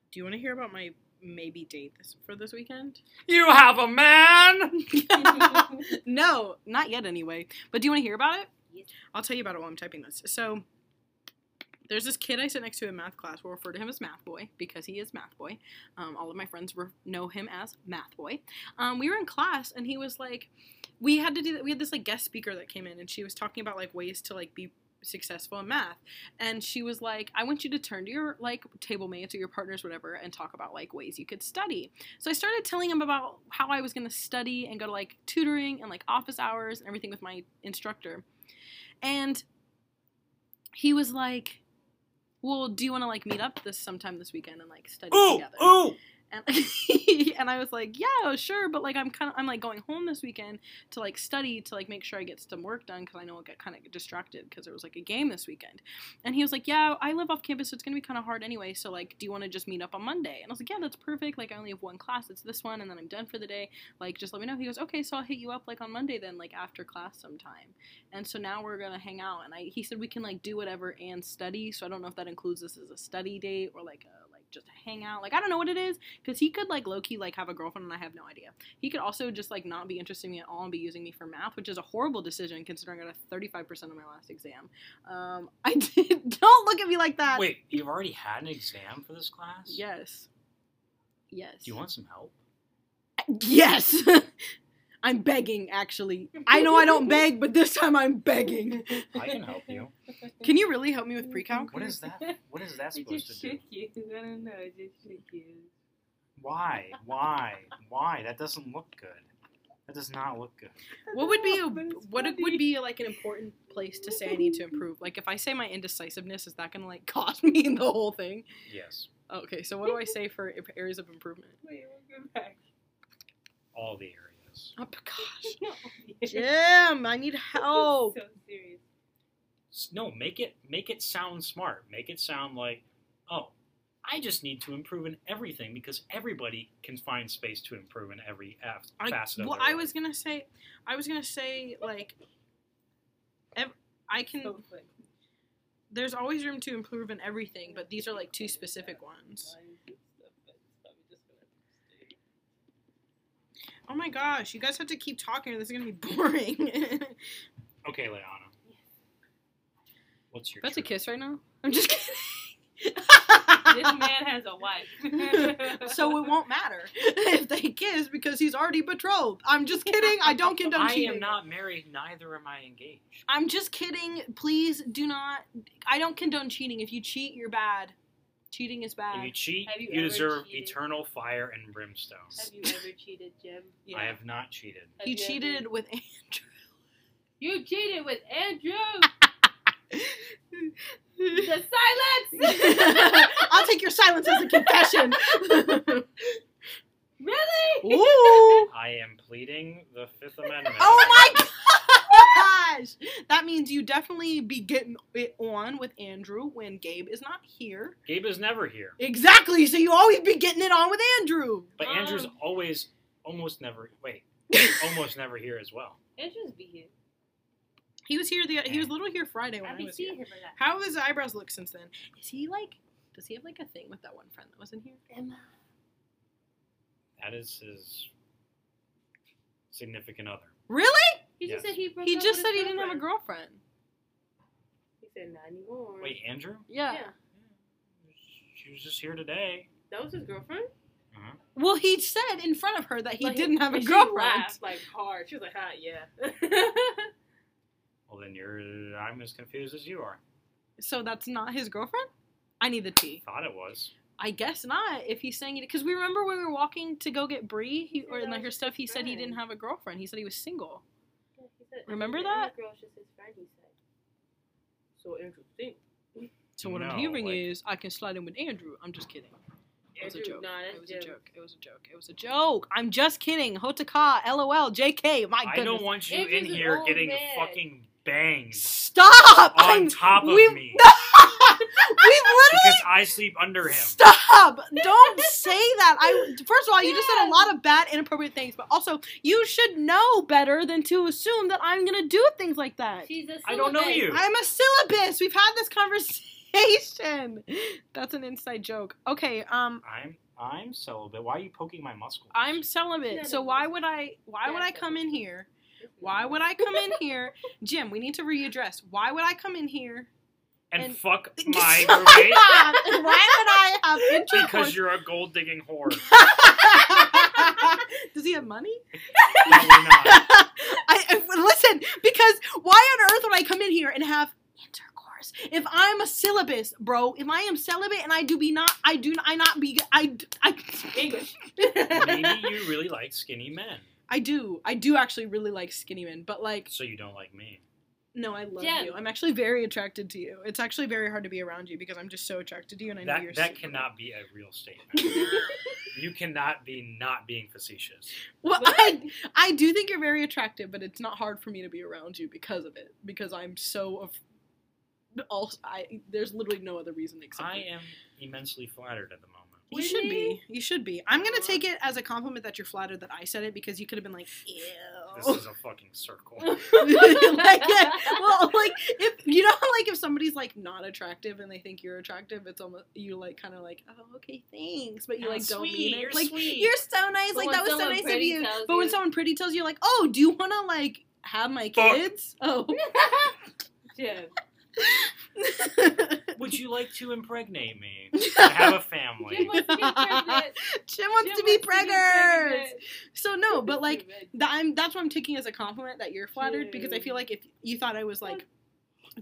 Speaker 3: (laughs) Do you want to hear about my maybe date this for this weekend?
Speaker 1: You have a man.
Speaker 3: (laughs)
Speaker 2: (laughs)
Speaker 3: no, not yet anyway. But do you want to hear about it?
Speaker 2: Yes.
Speaker 3: I'll tell you about it while I'm typing this. So there's this kid I sit next to in math class. We'll refer to him as Math Boy because he is Math Boy. Um, all of my friends re- know him as Math Boy. Um, we were in class and he was like, we had to do that. We had this like guest speaker that came in and she was talking about like ways to like be successful in math and she was like i want you to turn to your like table mates or your partners whatever and talk about like ways you could study so I started telling him about how I was going to study and go to like tutoring and like office hours and everything with my instructor. And he was like, "Well, do you want to like meet up this sometime this weekend and like study
Speaker 1: Ooh,
Speaker 3: together?"
Speaker 1: ooh.
Speaker 3: And, (laughs) and I was like, "Yeah, sure, but like I'm kind of I'm like going home this weekend to like study to like make sure I get some work done because I know I'll get kind of distracted because there was like a game this weekend." And he was like, "Yeah, I live off campus, so it's gonna be kind of hard anyway. So like, do you want to just meet up on Monday?" And I was like, "Yeah, that's perfect. Like, I only have one class. It's this one, and then I'm done for the day. Like, just let me know." He goes, "Okay, so I'll hit you up like on Monday then, like after class sometime." And so now we're gonna hang out. And I he said we can like do whatever and study. So I don't know if that includes this as a study date or like a like just a hangout. Like I don't know what it is because he could like low key like have a girlfriend and I have no idea. He could also just like not be interested in me at all and be using me for math, which is a horrible decision considering I got a 35% on my last exam. Um, (laughs) I did. Don't look at me like that.
Speaker 1: Wait, you've already had an exam for this class?
Speaker 3: Uh, Yes. Yes.
Speaker 1: Do you want some help?
Speaker 3: Yes. (laughs) I'm begging. Actually, I know I don't beg, but this time I'm begging.
Speaker 1: I can help you.
Speaker 3: (laughs) Can you really help me with pre-calc?
Speaker 1: What is that? What
Speaker 2: (laughs)
Speaker 1: is that
Speaker 7: it
Speaker 1: supposed
Speaker 7: just
Speaker 1: to do?
Speaker 7: shook you. I don't know. It just shook you.
Speaker 1: Why? Why? Why? That doesn't look good. That does not look good.
Speaker 3: What would be a,
Speaker 7: But it's
Speaker 3: what
Speaker 7: funny.
Speaker 3: would be like an important place to say I need to improve? Like if I say my indecisiveness, is that gonna like (laughs) cost me the whole thing?
Speaker 1: Yes.
Speaker 3: Okay, so what do I say for i- areas of improvement?
Speaker 7: Wait, we'll go back.
Speaker 3: (laughs)
Speaker 1: All the areas.
Speaker 3: Oh gosh,
Speaker 7: No,
Speaker 3: Jim, I need
Speaker 7: (laughs)
Speaker 3: help.
Speaker 7: So serious.
Speaker 1: S- No, make it make it sound smart. Make it sound like, oh, I just need to improve in everything because everybody can find space to improve in every af-
Speaker 3: I,
Speaker 1: facet of
Speaker 3: well,
Speaker 1: their
Speaker 3: I
Speaker 1: life.
Speaker 3: was gonna say, I was gonna say like, ev- I can.
Speaker 7: So funny.
Speaker 3: There's always room to improve in everything, but these are like two specific ones. Oh my gosh, you guys have to keep talking. or This is gonna be boring. (laughs)
Speaker 1: Okay, Leanna. What's your
Speaker 3: That's a
Speaker 1: truth?
Speaker 3: kiss right now. I'm just kidding. (laughs)
Speaker 7: This man has a wife.
Speaker 3: so
Speaker 7: (laughs)
Speaker 3: it won't matter (laughs) if they kiss because he's already betrothed. I'm just kidding. I don't condone
Speaker 1: I
Speaker 3: cheating.
Speaker 1: am not married, neither am I engaged.
Speaker 3: I'm just kidding. Please do not. I don't condone cheating. If you cheat, you're bad. Cheating is
Speaker 1: If you
Speaker 3: bad.
Speaker 1: cheat,
Speaker 2: Have you
Speaker 1: you
Speaker 2: ever
Speaker 1: deserve
Speaker 2: cheated?
Speaker 1: eternal fire and brimstone.
Speaker 2: Have you ever cheated, Jim?
Speaker 1: I have not cheated.
Speaker 2: Have
Speaker 3: He
Speaker 2: you ever-
Speaker 3: (laughs) cheated with Andrew.
Speaker 7: (laughs) You cheated with Andrew.
Speaker 3: (laughs)
Speaker 7: the
Speaker 3: I'll (laughs)
Speaker 7: silence.
Speaker 3: take your silence as a confession. (laughs)
Speaker 7: really?
Speaker 3: Ooh.
Speaker 1: I am pleading the Fifth Amendment.
Speaker 3: (laughs) Oh
Speaker 7: (laughs)
Speaker 3: my gosh! That means you definitely be getting it on with Andrew when Gabe is not here.
Speaker 1: Gabe is never here,
Speaker 3: Exactly. So you always be getting it on with Andrew.
Speaker 1: but
Speaker 7: Um.
Speaker 1: Andrew's always, almost never.
Speaker 3: (laughs)
Speaker 1: Wait, almost never here as well.
Speaker 7: Andrew's be here.
Speaker 3: He was here the he was literally here Friday when
Speaker 7: I
Speaker 3: I,
Speaker 7: be
Speaker 3: was here.
Speaker 7: seeing him a lot.
Speaker 3: How have his eyebrows looked since then? Is he like? Does he have like a thing with that one friend that wasn't here?
Speaker 2: Emma.
Speaker 1: That is his significant other.
Speaker 3: Really?
Speaker 7: He just
Speaker 1: Yes.
Speaker 7: said he broke
Speaker 3: He
Speaker 7: up
Speaker 3: just
Speaker 7: with
Speaker 3: said
Speaker 7: his
Speaker 3: he didn't have a
Speaker 7: girlfriend.
Speaker 3: girlfriend.
Speaker 7: He said not anymore.
Speaker 1: Wait, Andrew?
Speaker 3: Yeah.
Speaker 7: Yeah.
Speaker 1: She was just here today.
Speaker 7: That was his girlfriend.
Speaker 3: Well, he said in front of her that he
Speaker 7: Like,
Speaker 3: didn't have a
Speaker 7: and she
Speaker 3: girlfriend.
Speaker 7: laughed, like hard. She was like, "Hot, yeah." (laughs)
Speaker 1: Well, then you're. I'm as confused as you are.
Speaker 3: So that's not his girlfriend? I need the tea.
Speaker 1: Thought it was.
Speaker 3: I guess not. If he's saying it, because we remember when we were walking to go get Bree, he, or
Speaker 7: Yeah,
Speaker 3: like
Speaker 7: that
Speaker 3: her
Speaker 7: was
Speaker 3: stuff. He said he
Speaker 7: friend.
Speaker 3: didn't have a girlfriend. He said he was single.
Speaker 7: Yeah, he said-
Speaker 3: Remember
Speaker 7: he said, "Emma
Speaker 3: that?
Speaker 7: Girl, she's his friend. He said. So interesting.
Speaker 3: So what I'm
Speaker 1: No,
Speaker 3: hearing
Speaker 1: like-
Speaker 3: is I can slide in with Andrew. I'm just kidding. It was a
Speaker 7: Andrew,
Speaker 3: joke.
Speaker 7: nah, that's
Speaker 3: It was a
Speaker 7: Jim.
Speaker 3: joke. It was a joke. It was a joke. I'm just kidding. Hotaka. LOL. JK. My
Speaker 1: I
Speaker 3: goodness.
Speaker 1: don't want you in
Speaker 7: Andrew's an
Speaker 1: here
Speaker 7: old
Speaker 1: getting
Speaker 7: man.
Speaker 1: fucking banged
Speaker 3: Stop.
Speaker 1: on
Speaker 3: I'm-
Speaker 1: top of
Speaker 3: we've-
Speaker 1: me
Speaker 3: (laughs) We've literally.
Speaker 1: because I sleep under him.
Speaker 3: Stop! Don't say that. I first of all, you just said a
Speaker 7: Yes.
Speaker 3: lot of bad, inappropriate things, but also you should know better than to assume that I'm gonna do things like that.
Speaker 7: She's a
Speaker 1: I don't know
Speaker 7: celibate.
Speaker 1: you.
Speaker 3: I'm a syllabus. We've had this conversation. (laughs) That's an inside joke. Okay. Um,
Speaker 1: I'm I'm celibate. Why are you poking my muscles?
Speaker 3: I'm celibate, so why would I? Why would I come in here? Why would I come in here, Jim? We need to readdress. Why would I come in here?
Speaker 1: and,
Speaker 3: and-
Speaker 1: fuck
Speaker 3: Why
Speaker 1: my
Speaker 3: would (laughs)
Speaker 1: roommate
Speaker 3: I have intercourse?
Speaker 1: because you're a gold digging whore.
Speaker 3: (laughs) Does he have money?
Speaker 1: Probably not.
Speaker 3: I, (laughs) I- listen, because why on earth would I come in here and have intercourse if I'm a syllabus, bro? If I am celibate and I do be not, I do I not be I d- I
Speaker 7: English.
Speaker 1: Maybe you really like skinny men,
Speaker 3: (laughs) I do I do actually really like skinny men, but like
Speaker 1: so you don't like me.
Speaker 3: no, I love
Speaker 7: Jen.
Speaker 3: you. I'm actually very attracted to you. It's actually very hard to be around you because I'm just so attracted to you, and I know
Speaker 1: That
Speaker 3: you're
Speaker 1: that
Speaker 3: super-
Speaker 1: cannot be a real
Speaker 3: (laughs)
Speaker 1: statement. you cannot be not being facetious.
Speaker 3: Well, I, I do think you're very attractive, but it's not hard for me to be around you because of it. Because I'm so of. Also, I there's literally no other reason except
Speaker 1: I
Speaker 3: for-
Speaker 1: am immensely flattered at the moment.
Speaker 3: You should be.
Speaker 7: Whitney?
Speaker 3: You should be. I'm gonna
Speaker 7: Aw.
Speaker 3: take
Speaker 1: Uh-huh.
Speaker 3: it as a compliment that you're flattered that I said it because you could have been like,
Speaker 1: This
Speaker 3: ew.
Speaker 1: is a fucking
Speaker 3: (laughs)
Speaker 1: circle. (laughs)
Speaker 3: like, yeah, well, like if you know, like if somebody's like not attractive and they think you're attractive, it's almost you like kind of like, oh, okay, thanks, but you like don't mean it. like you're so nice. like
Speaker 7: But when
Speaker 3: that was so
Speaker 7: someone
Speaker 3: nice of
Speaker 7: pretty
Speaker 3: you.
Speaker 7: tells
Speaker 3: But when
Speaker 7: you-
Speaker 3: someone pretty tells you, like, oh, do you wanna like have my
Speaker 1: Fuck.
Speaker 3: kids? (laughs)
Speaker 1: (laughs)
Speaker 3: Oh.
Speaker 7: (laughs) Jim.
Speaker 1: Would you like to impregnate me?
Speaker 3: (laughs)
Speaker 1: I have a
Speaker 7: Jim
Speaker 1: family.
Speaker 7: wants to be pregnant.
Speaker 3: Jim wants
Speaker 7: Jim
Speaker 3: to be
Speaker 7: wants
Speaker 3: preggers.
Speaker 7: pregnant.
Speaker 3: So
Speaker 7: (laughs)
Speaker 3: no, but like
Speaker 7: Stupid.
Speaker 3: that I'm that's what I'm taking as a compliment that you're flattered because I
Speaker 7: Cute.
Speaker 3: feel like if you thought I was like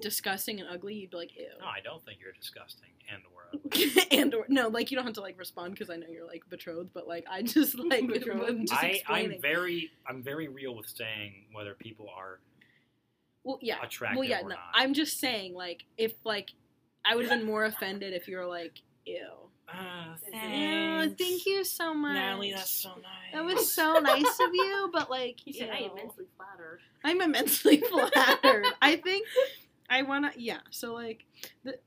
Speaker 3: disgusting and ugly, you'd be like
Speaker 1: No, I don't think you're disgusting and or ugly.
Speaker 3: ew. (laughs) and or no, like you don't have to like respond because I know you're like betrothed, but like I
Speaker 7: (laughs)
Speaker 3: just like
Speaker 7: Betrothed.
Speaker 3: I'm just
Speaker 1: I, I'm
Speaker 3: explaining.
Speaker 1: very I'm very real with saying whether people are
Speaker 3: well, yeah,
Speaker 1: attractive
Speaker 3: well, yeah.
Speaker 1: or
Speaker 3: No,
Speaker 1: not.
Speaker 3: I'm just saying like if like I would have been more offended if you were like ew.
Speaker 1: Uh,
Speaker 7: Ew,
Speaker 3: Ew, thank you so much.
Speaker 1: Natalie, that's so nice.
Speaker 3: that was so nice of you, but like
Speaker 7: (laughs) He said, "I
Speaker 3: ew."
Speaker 7: am immensely
Speaker 3: (laughs)
Speaker 7: flattered."
Speaker 3: I'm
Speaker 7: (laughs)
Speaker 3: immensely flattered. I think I want to. Yeah. So like, the,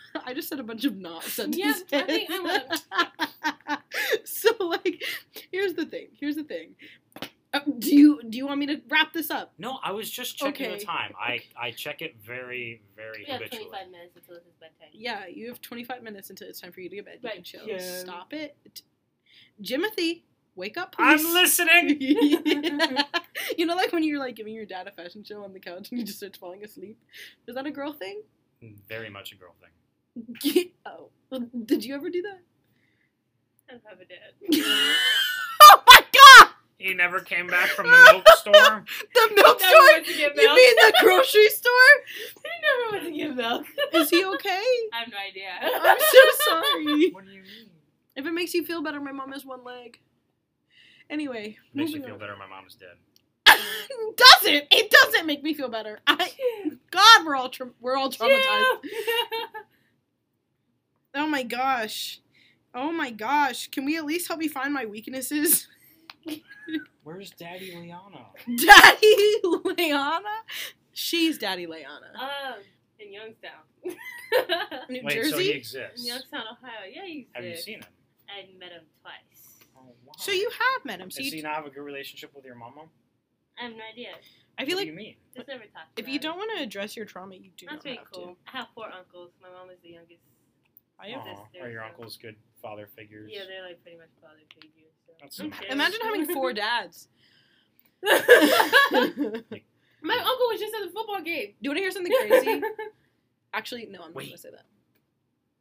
Speaker 3: (laughs) I just said a bunch of not sentences.
Speaker 7: I think I
Speaker 3: (laughs) so like, here's the thing. Here's the thing. Uh, do you do you want me to wrap this up?
Speaker 1: No, I was just checking
Speaker 3: Okay.
Speaker 1: the time. I, I check it very, very
Speaker 7: We have
Speaker 1: habitually.
Speaker 7: 25 minutes until his bedtime.
Speaker 3: Yeah, you have 25 minutes until it's time for you to get bed. You can
Speaker 7: Right.
Speaker 3: chill.
Speaker 1: Yeah.
Speaker 3: Stop it, Jimothy. Wake up, please. (laughs)
Speaker 1: I'm listening.
Speaker 3: you know, like when you're like giving your dad a fashion show on the couch and he just starts falling asleep. Is that a girl thing? (laughs)
Speaker 1: Very much a girl thing.
Speaker 3: oh, well, did you ever do that?
Speaker 7: I don't have a dad.
Speaker 3: (laughs) oh my god!
Speaker 1: He never came back from the
Speaker 3: (laughs)
Speaker 1: milk store.
Speaker 3: The milk
Speaker 7: Never
Speaker 3: store?
Speaker 7: went to get
Speaker 3: You
Speaker 7: milk.
Speaker 3: mean the grocery
Speaker 7: (laughs)
Speaker 3: store?
Speaker 7: Never went to get milk.
Speaker 3: Is he okay?
Speaker 7: (laughs) I have no idea.
Speaker 3: I'm so sorry.
Speaker 1: What do you mean?
Speaker 3: If it makes you feel better, my mom has one leg. Anyway, (laughs)
Speaker 1: Makes
Speaker 3: moving
Speaker 1: you feel
Speaker 3: on.
Speaker 1: better. My mom is dead.
Speaker 3: doesn't. It doesn't make me feel better.
Speaker 7: (laughs)
Speaker 3: I, God, we're all tra- we're all traumatized. Oh my gosh. Oh my gosh. Can we at least help me find my weaknesses? (laughs)
Speaker 1: Where's Daddy Liana?
Speaker 3: Daddy Leanna? She's Daddy (laughs) Leanna.
Speaker 7: um, in Youngstown.
Speaker 3: Uh,
Speaker 7: (laughs)
Speaker 3: New
Speaker 1: Wait, so he
Speaker 3: Jersey?
Speaker 7: in
Speaker 1: exists.
Speaker 7: Youngstown, Ohio. Yeah, he's
Speaker 1: Have you
Speaker 7: there.
Speaker 1: seen him?
Speaker 7: I met him twice.
Speaker 1: Oh, wow.
Speaker 3: So you have met him. So
Speaker 1: Does
Speaker 3: you,
Speaker 1: he not have a good relationship with your mama?
Speaker 7: I have no idea.
Speaker 3: I feel
Speaker 1: what
Speaker 3: like
Speaker 1: do you mean?
Speaker 7: Just never talked.
Speaker 3: if
Speaker 7: about
Speaker 3: you
Speaker 7: it.
Speaker 3: don't want to address your trauma, you do
Speaker 7: that's
Speaker 3: not
Speaker 7: pretty
Speaker 3: have
Speaker 7: cool.
Speaker 3: to.
Speaker 7: I have four uncles. My mom is the youngest.
Speaker 3: I
Speaker 1: Aw,
Speaker 3: have
Speaker 7: this there,
Speaker 1: are your
Speaker 7: so-
Speaker 1: uncles good father figures?
Speaker 7: Yeah, they're like pretty much father figures. So.
Speaker 1: That's
Speaker 7: I'm
Speaker 1: nice.
Speaker 7: sure.
Speaker 3: Imagine having four dads.
Speaker 7: (laughs) My
Speaker 3: do
Speaker 7: uncle was just at the football game.
Speaker 3: you want to hear something
Speaker 7: (laughs)
Speaker 3: crazy? Actually, no, I'm not going to
Speaker 1: Wait.
Speaker 3: say that. (laughs)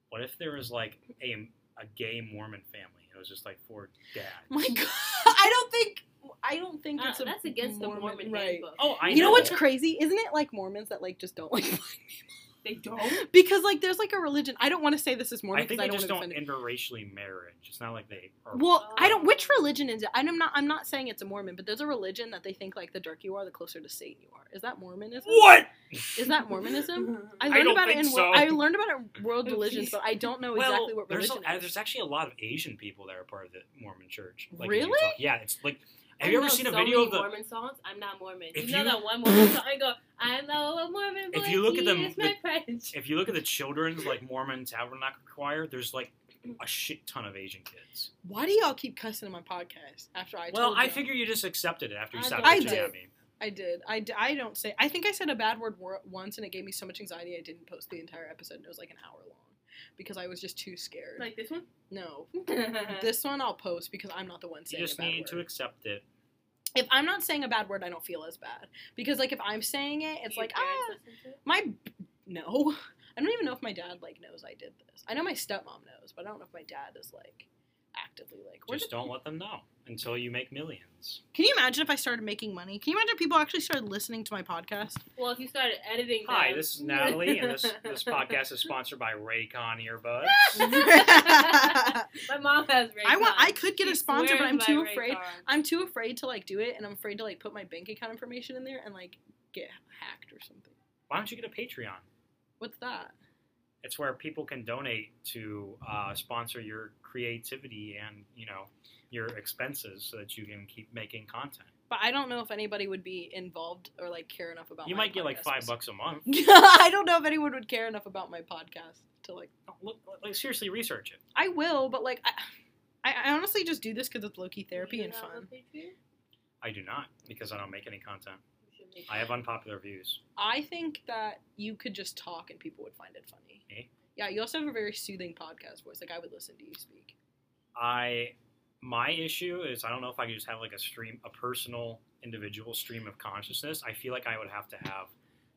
Speaker 1: What if there was like a a gay Mormon family? It was just like four dads.
Speaker 3: My God, I don't think I don't think
Speaker 7: Uh,
Speaker 3: it's a
Speaker 7: that's against the Mormon
Speaker 3: right.
Speaker 7: handbook.
Speaker 1: Oh, I
Speaker 3: You know what's crazy? Isn't it like Mormons that like just don't like (laughs)
Speaker 7: They don't.
Speaker 3: because like there's like a religion. I don't want to say this is Mormon
Speaker 1: I
Speaker 3: because
Speaker 1: think
Speaker 3: I,
Speaker 1: they
Speaker 3: don't
Speaker 1: just
Speaker 3: want
Speaker 1: don't
Speaker 3: to offend.
Speaker 1: interracially marriage. It's not like they are.
Speaker 3: Well, I don't.
Speaker 7: Oh.
Speaker 3: Which
Speaker 1: Uh.
Speaker 3: religion is it? I'm not. I'm not saying it's a Mormon, but there's a religion that they think like the darker you are, the closer to Satan you are. Is that Mormonism?
Speaker 1: what?
Speaker 3: Is that Mormonism?
Speaker 1: (laughs)
Speaker 3: I
Speaker 1: I
Speaker 3: learned
Speaker 1: don't
Speaker 3: about it
Speaker 1: think
Speaker 3: in. wo-
Speaker 1: so.
Speaker 3: I learned about it in
Speaker 1: (laughs)
Speaker 3: world
Speaker 7: Oh,
Speaker 3: religions,
Speaker 7: jeez.
Speaker 3: but I don't know
Speaker 1: Well,
Speaker 3: exactly what
Speaker 1: there's,
Speaker 3: religion.
Speaker 1: a,
Speaker 3: it is.
Speaker 1: there's actually a lot of Asian people that are part of the Mormon Church. Like in
Speaker 3: Really?
Speaker 1: Utah. Yeah, it's like. Have
Speaker 7: I
Speaker 1: you ever
Speaker 7: know
Speaker 1: seen a
Speaker 7: so
Speaker 1: video
Speaker 7: many
Speaker 1: of the?
Speaker 7: Mormon songs? I'm not Mormon.
Speaker 1: If
Speaker 7: you know
Speaker 1: you-
Speaker 7: that one Mormon song? I go, I know a Mormon boy.
Speaker 1: If you look at
Speaker 7: he
Speaker 1: them-
Speaker 7: is my friend. (laughs)
Speaker 1: If you look at the children's like Mormon Tabernacle Choir, there's like a shit ton of Asian kids.
Speaker 3: Why do y'all keep cussing on my podcast? After I
Speaker 1: well,
Speaker 3: told
Speaker 1: I
Speaker 3: y'all?
Speaker 1: figure you just accepted it after you
Speaker 7: I
Speaker 1: stopped
Speaker 7: don't
Speaker 1: bitching
Speaker 3: know.
Speaker 1: at me.
Speaker 3: I did. I, d- I don't say. I think I said a bad word wor- once, and it gave me so much anxiety. I didn't post the entire episode. and It was like an hour long because I was just too scared.
Speaker 7: Like this one? (laughs)
Speaker 3: no,
Speaker 2: uh-huh.
Speaker 3: this one I'll post because I'm not the one
Speaker 1: You
Speaker 3: saying.
Speaker 1: just
Speaker 3: a bad
Speaker 1: need
Speaker 3: word.
Speaker 1: to accept it.
Speaker 3: If I'm not saying a bad word, I don't feel as bad because like if I'm saying it, it's
Speaker 7: Your
Speaker 3: like
Speaker 7: parents
Speaker 3: ah,
Speaker 7: listen to it?
Speaker 3: my no. (laughs) I don't even know if my dad like knows I did this. I know my stepmom knows, but I don't know if my dad is like actively like. "Where
Speaker 1: Just
Speaker 3: did-
Speaker 1: don't let them know until you make millions.
Speaker 3: (laughs) Can you imagine if I started making money? Can you imagine if people actually started listening to my podcast? (laughs)
Speaker 7: Well, if you started editing.
Speaker 1: Hi,
Speaker 7: them-
Speaker 1: this is Natalie, and this
Speaker 3: (laughs)
Speaker 7: (laughs)
Speaker 1: this podcast is sponsored by Raycon earbuds.
Speaker 7: My mom has Raycon.
Speaker 3: I want. I could get a
Speaker 7: She
Speaker 3: sponsor, but
Speaker 7: swears
Speaker 3: I'm
Speaker 7: by
Speaker 3: too afraid.
Speaker 7: Raycon.
Speaker 3: I'm too afraid to like do it, and I'm afraid to like put my bank account information in there and like get hacked or something.
Speaker 1: Why don't you get a Patreon?
Speaker 3: What's that?
Speaker 1: It's where people can donate to uh, sponsor your creativity and you know your expenses so that you can keep making content.
Speaker 3: But I don't know if anybody would be involved or like care enough about.
Speaker 1: you
Speaker 3: my
Speaker 1: might get like
Speaker 3: podcast
Speaker 1: five
Speaker 3: specific-
Speaker 1: bucks a month.
Speaker 3: (laughs) I don't know if anyone would care enough about my podcast to like.
Speaker 1: No, Look, like, seriously, research it.
Speaker 3: I will, but like, I, I- I honestly just do this because it's low key therapy
Speaker 7: You
Speaker 3: and
Speaker 7: know
Speaker 3: fun.
Speaker 7: the picture?
Speaker 1: I do not because I don't make any content.
Speaker 7: We should make
Speaker 1: I have
Speaker 7: that.
Speaker 1: unpopular views.
Speaker 3: I think that you could just talk and people would find it funny.
Speaker 1: Me?
Speaker 3: Yeah, you also have a very soothing podcast voice. Like I would listen to you speak.
Speaker 1: I my issue is I don't know if I could just have like a stream, a personal, individual stream of consciousness. I feel like I would have to have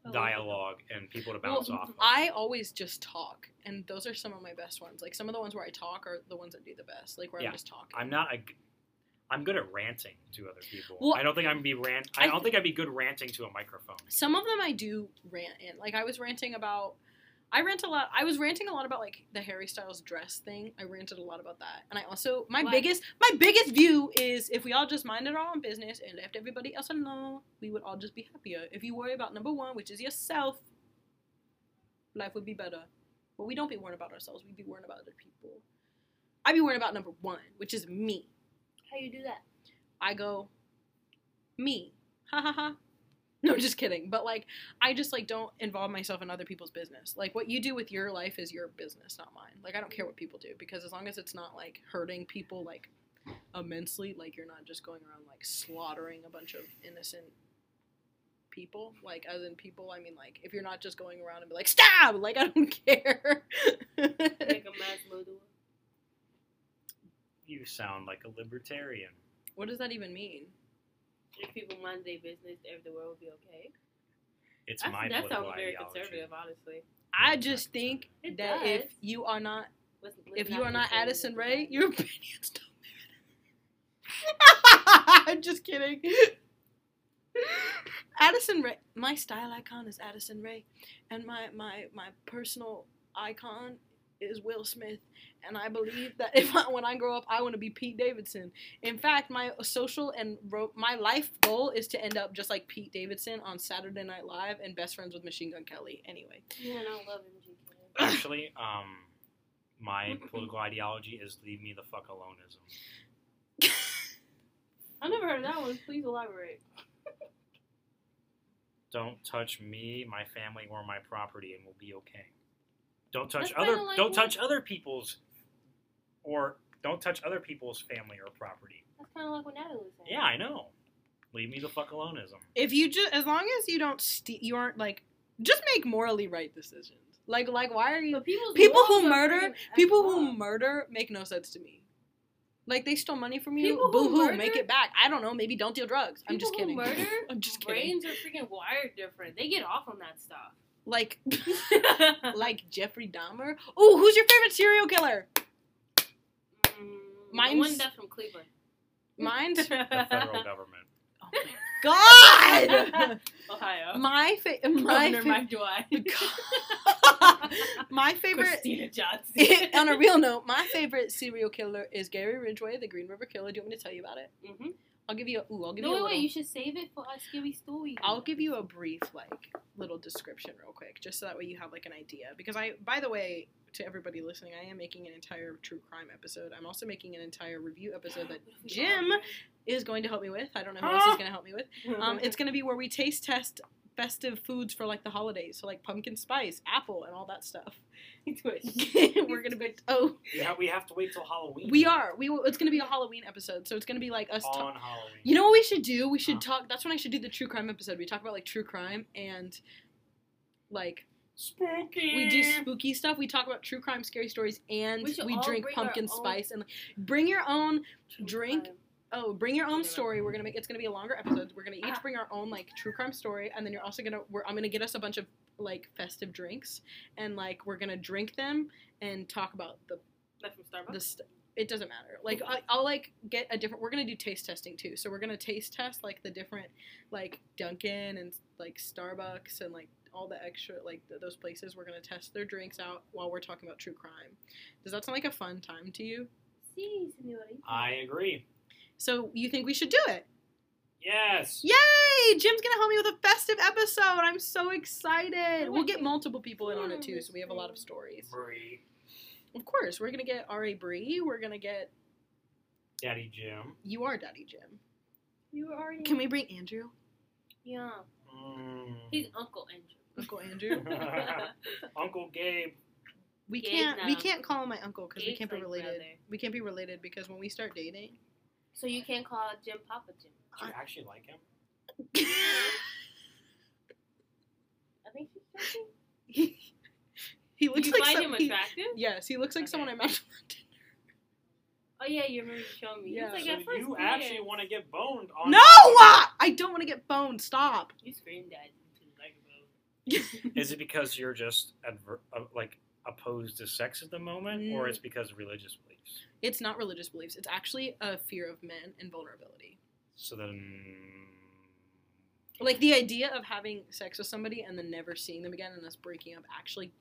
Speaker 7: Oh,
Speaker 1: dialogue and people to bounce
Speaker 3: Well,
Speaker 1: off. of.
Speaker 3: I always just talk, and those are some of my best ones. Like some of the ones where I talk are the ones that do the best. Like where
Speaker 1: Yeah.
Speaker 3: I'm just talking.
Speaker 1: I'm not a. g- I'm good at ranting to other people.
Speaker 3: Well,
Speaker 1: I don't think I'd be rant. I,
Speaker 3: I
Speaker 1: don't
Speaker 3: th-
Speaker 1: think I'd be good ranting to a microphone.
Speaker 3: some of them I do rant in. Like I was ranting about. I rant a lot. I was ranting a lot about like the Harry Styles dress thing. I ranted a lot about that, and I also my
Speaker 7: Why?
Speaker 3: biggest my biggest view is if we all just minded our own business and left everybody else alone, we would all just be happier. If you worry about number one, which is yourself, life would be better. But we don't be worrying about ourselves. We be worrying about other people. I be worrying about number one, which is me.
Speaker 2: Oh,
Speaker 7: How you
Speaker 3: (laughs)
Speaker 7: do that?
Speaker 3: I go, me, ha ha ha. No, just kidding. But like, I just like don't involve myself in other people's business. Like, what you do with your life is your business, not mine. Like, I don't care what people do because as long as it's not like hurting people like immensely, like you're not just going around like slaughtering a bunch of innocent people. Like, as in people, I mean like if you're not just going around and be like stab, like I don't (laughs) care.
Speaker 7: Make a mass murderer.
Speaker 1: You sound like a libertarian.
Speaker 3: what does that even mean?
Speaker 7: If people mind their business, every- the world would be okay.
Speaker 1: It's
Speaker 7: That's-
Speaker 1: my
Speaker 7: that
Speaker 1: political
Speaker 7: sounds very
Speaker 1: ideology.
Speaker 7: conservative, honestly.
Speaker 3: I
Speaker 1: it's not
Speaker 3: just think that
Speaker 7: conservative. It
Speaker 3: if
Speaker 7: does.
Speaker 3: you are not
Speaker 7: Let's- let's
Speaker 3: if you are not
Speaker 7: conservative
Speaker 3: Addison Ray,
Speaker 7: society.
Speaker 3: your (laughs) opinions don't matter. I'm just kidding. Addison Ray, my style icon is Addison Ray, and my my my personal icon is Will Smith, and I believe that (laughs) if I, when I grow up, I want to be Pete Davidson. In fact, my social and ro- my life goal is to end up just like Pete Davidson on Saturday Night Live and Best Friends with Machine Gun Kelly. Anyway,
Speaker 2: Yeah, and I love MGK.
Speaker 1: (coughs) Actually, um, my political ideology is leave me the fuck aloneism.
Speaker 2: I never heard of that one. Please elaborate.
Speaker 1: Don't touch me, my family, or my property, and we'll be okay. Don't touch
Speaker 2: That's
Speaker 1: other.
Speaker 2: kinda like
Speaker 1: don't
Speaker 2: what-
Speaker 1: touch other people's, or don't touch other people's family or property.
Speaker 2: That's kind of like what Natalie was saying.
Speaker 1: Yeah, I know. Leave me the fuck aloneism.
Speaker 3: if you just as long as you don't ste- you aren't like just make morally right decisions. Like like why are you
Speaker 2: But people's
Speaker 3: People
Speaker 2: morals
Speaker 3: who
Speaker 2: are
Speaker 3: murder-
Speaker 2: freaking effed
Speaker 3: People who
Speaker 2: up.
Speaker 3: murder make no sense to me. Like they stole money from you,
Speaker 2: People
Speaker 3: boo
Speaker 2: who
Speaker 3: hoo,
Speaker 2: murder-
Speaker 3: make it back. I don't know, maybe don't deal drugs. I'm just
Speaker 2: People
Speaker 3: kidding.
Speaker 2: who murder,
Speaker 3: I'm just kidding.
Speaker 2: brains are freaking wired different. They get off on that
Speaker 3: (laughs)
Speaker 2: stuff. (laughs)
Speaker 3: Like like Jeffrey Dahmer. Ooh, who's your favorite serial killer?
Speaker 2: Mm, the one
Speaker 3: Mine's-
Speaker 2: that's from Cleveland. (laughs)
Speaker 3: Mine's
Speaker 1: The federal government.
Speaker 2: (laughs)
Speaker 3: God. (laughs)
Speaker 2: Ohio.
Speaker 3: my
Speaker 2: Oh,
Speaker 3: fa- my (laughs)
Speaker 2: Governor (laughs)
Speaker 3: fa-
Speaker 2: Mike Dwight.
Speaker 3: my favorite
Speaker 2: Christina Johnson.
Speaker 3: (laughs) on a
Speaker 2: (laughs)
Speaker 3: real note, my favorite serial killer is Gary Ridgway, the Green River Killer. Do you want me to tell you about it?
Speaker 2: hmm
Speaker 3: I'll give you a ooh, I'll give
Speaker 2: No,
Speaker 3: you a
Speaker 2: wait,
Speaker 3: little-
Speaker 2: wait. You should save it for us, Gibby Stewie.
Speaker 3: I'll give you a brief like little description real quick, just so that way you have like an idea. Because I, by the way, to everybody listening, I am making an entire true crime episode. I'm also making an entire review episode that Jim is going to help me with. I don't know who else is going to help
Speaker 2: (laughs)
Speaker 3: me with. Um, it's going to be where we taste test festive foods for like the holidays, so like pumpkin spice, apple, and all that
Speaker 2: (laughs)
Speaker 3: stuff. We're (laughs) going to be oh,
Speaker 1: We have, we have to wait till Halloween.
Speaker 3: we are we. It's going to be a Halloween episode, so it's going to be like us. ta-
Speaker 1: on Halloween.
Speaker 3: you know what we should do? We should
Speaker 1: Huh.
Speaker 3: talk. That's when I should do the true crime episode. We talk about like true crime and like
Speaker 1: spooky.
Speaker 3: we do spooky stuff. We talk about true crime, scary stories, and
Speaker 2: We should
Speaker 3: we
Speaker 2: all
Speaker 3: drink
Speaker 2: bring our
Speaker 3: pumpkin
Speaker 2: own-
Speaker 3: spice and bring your own. drink. Oh, bring your own story. We're gonna make it's gonna be a longer episode. We're gonna each
Speaker 2: Ah.
Speaker 3: bring our own like true crime story, and then you're also gonna. We're, I'm gonna get us a bunch of like festive drinks, and like we're gonna drink them and talk about the
Speaker 2: That's from Starbucks.
Speaker 3: the st- it doesn't matter. Like I, I'll like get a different. We're gonna do taste testing too. So we're gonna taste test like the different, like Dunkin' and like Starbucks and like all the extra like th- those places. We're gonna test their drinks out while we're talking about true crime. Does that sound like a fun time to you?
Speaker 2: See, senorita.
Speaker 1: I agree.
Speaker 3: So you think we should do it?
Speaker 1: Yes.
Speaker 3: Yay! Jim's gonna help me with a festive episode. I'm so excited. We'll get multiple people in on it too, so we have a lot of stories.
Speaker 1: Bree,
Speaker 3: Of course, we're gonna get Ra Bree. We're gonna get
Speaker 1: Daddy Jim.
Speaker 3: you are Daddy Jim.
Speaker 2: You were already.
Speaker 3: Can we bring Andrew?
Speaker 2: Yeah.
Speaker 1: Mm.
Speaker 2: He's Uncle Andrew.
Speaker 3: (laughs)
Speaker 2: (laughs)
Speaker 3: Uncle Andrew.
Speaker 1: Uncle Gabe.
Speaker 3: We
Speaker 2: Gabe
Speaker 3: can't. We
Speaker 2: now.
Speaker 3: can't call him my uncle because we
Speaker 2: Gabe's
Speaker 3: can't be
Speaker 2: like
Speaker 3: related.
Speaker 2: brother.
Speaker 3: We can't be related because when we start dating,
Speaker 2: (laughs) So you can call Jim Papa Jim.
Speaker 1: Do you actually like him?
Speaker 2: I think she's (laughs) joking.
Speaker 3: he, he
Speaker 2: Do
Speaker 3: looks
Speaker 2: you
Speaker 3: like
Speaker 2: find
Speaker 3: some-
Speaker 2: him
Speaker 3: he-
Speaker 2: attractive?
Speaker 3: Yes, he looks like someone I
Speaker 2: Okay.
Speaker 3: met.
Speaker 2: Oh yeah, you remember you showing me. He
Speaker 3: Yeah.
Speaker 2: was like,
Speaker 1: so
Speaker 2: at first
Speaker 1: you
Speaker 2: weird.
Speaker 1: actually want to get boned on?
Speaker 3: No, uh, I don't want to get boned. Stop.
Speaker 2: You screamed at into the microphone.
Speaker 1: (laughs) Is it because you're just adver- uh, like opposed to sex at the moment, or
Speaker 3: Mm.
Speaker 1: it's because of religious beliefs?
Speaker 3: It's not religious beliefs. It's actually a fear of men and vulnerability.
Speaker 1: So then,
Speaker 3: Like the idea of having sex with somebody and then never seeing them again and us breaking up actually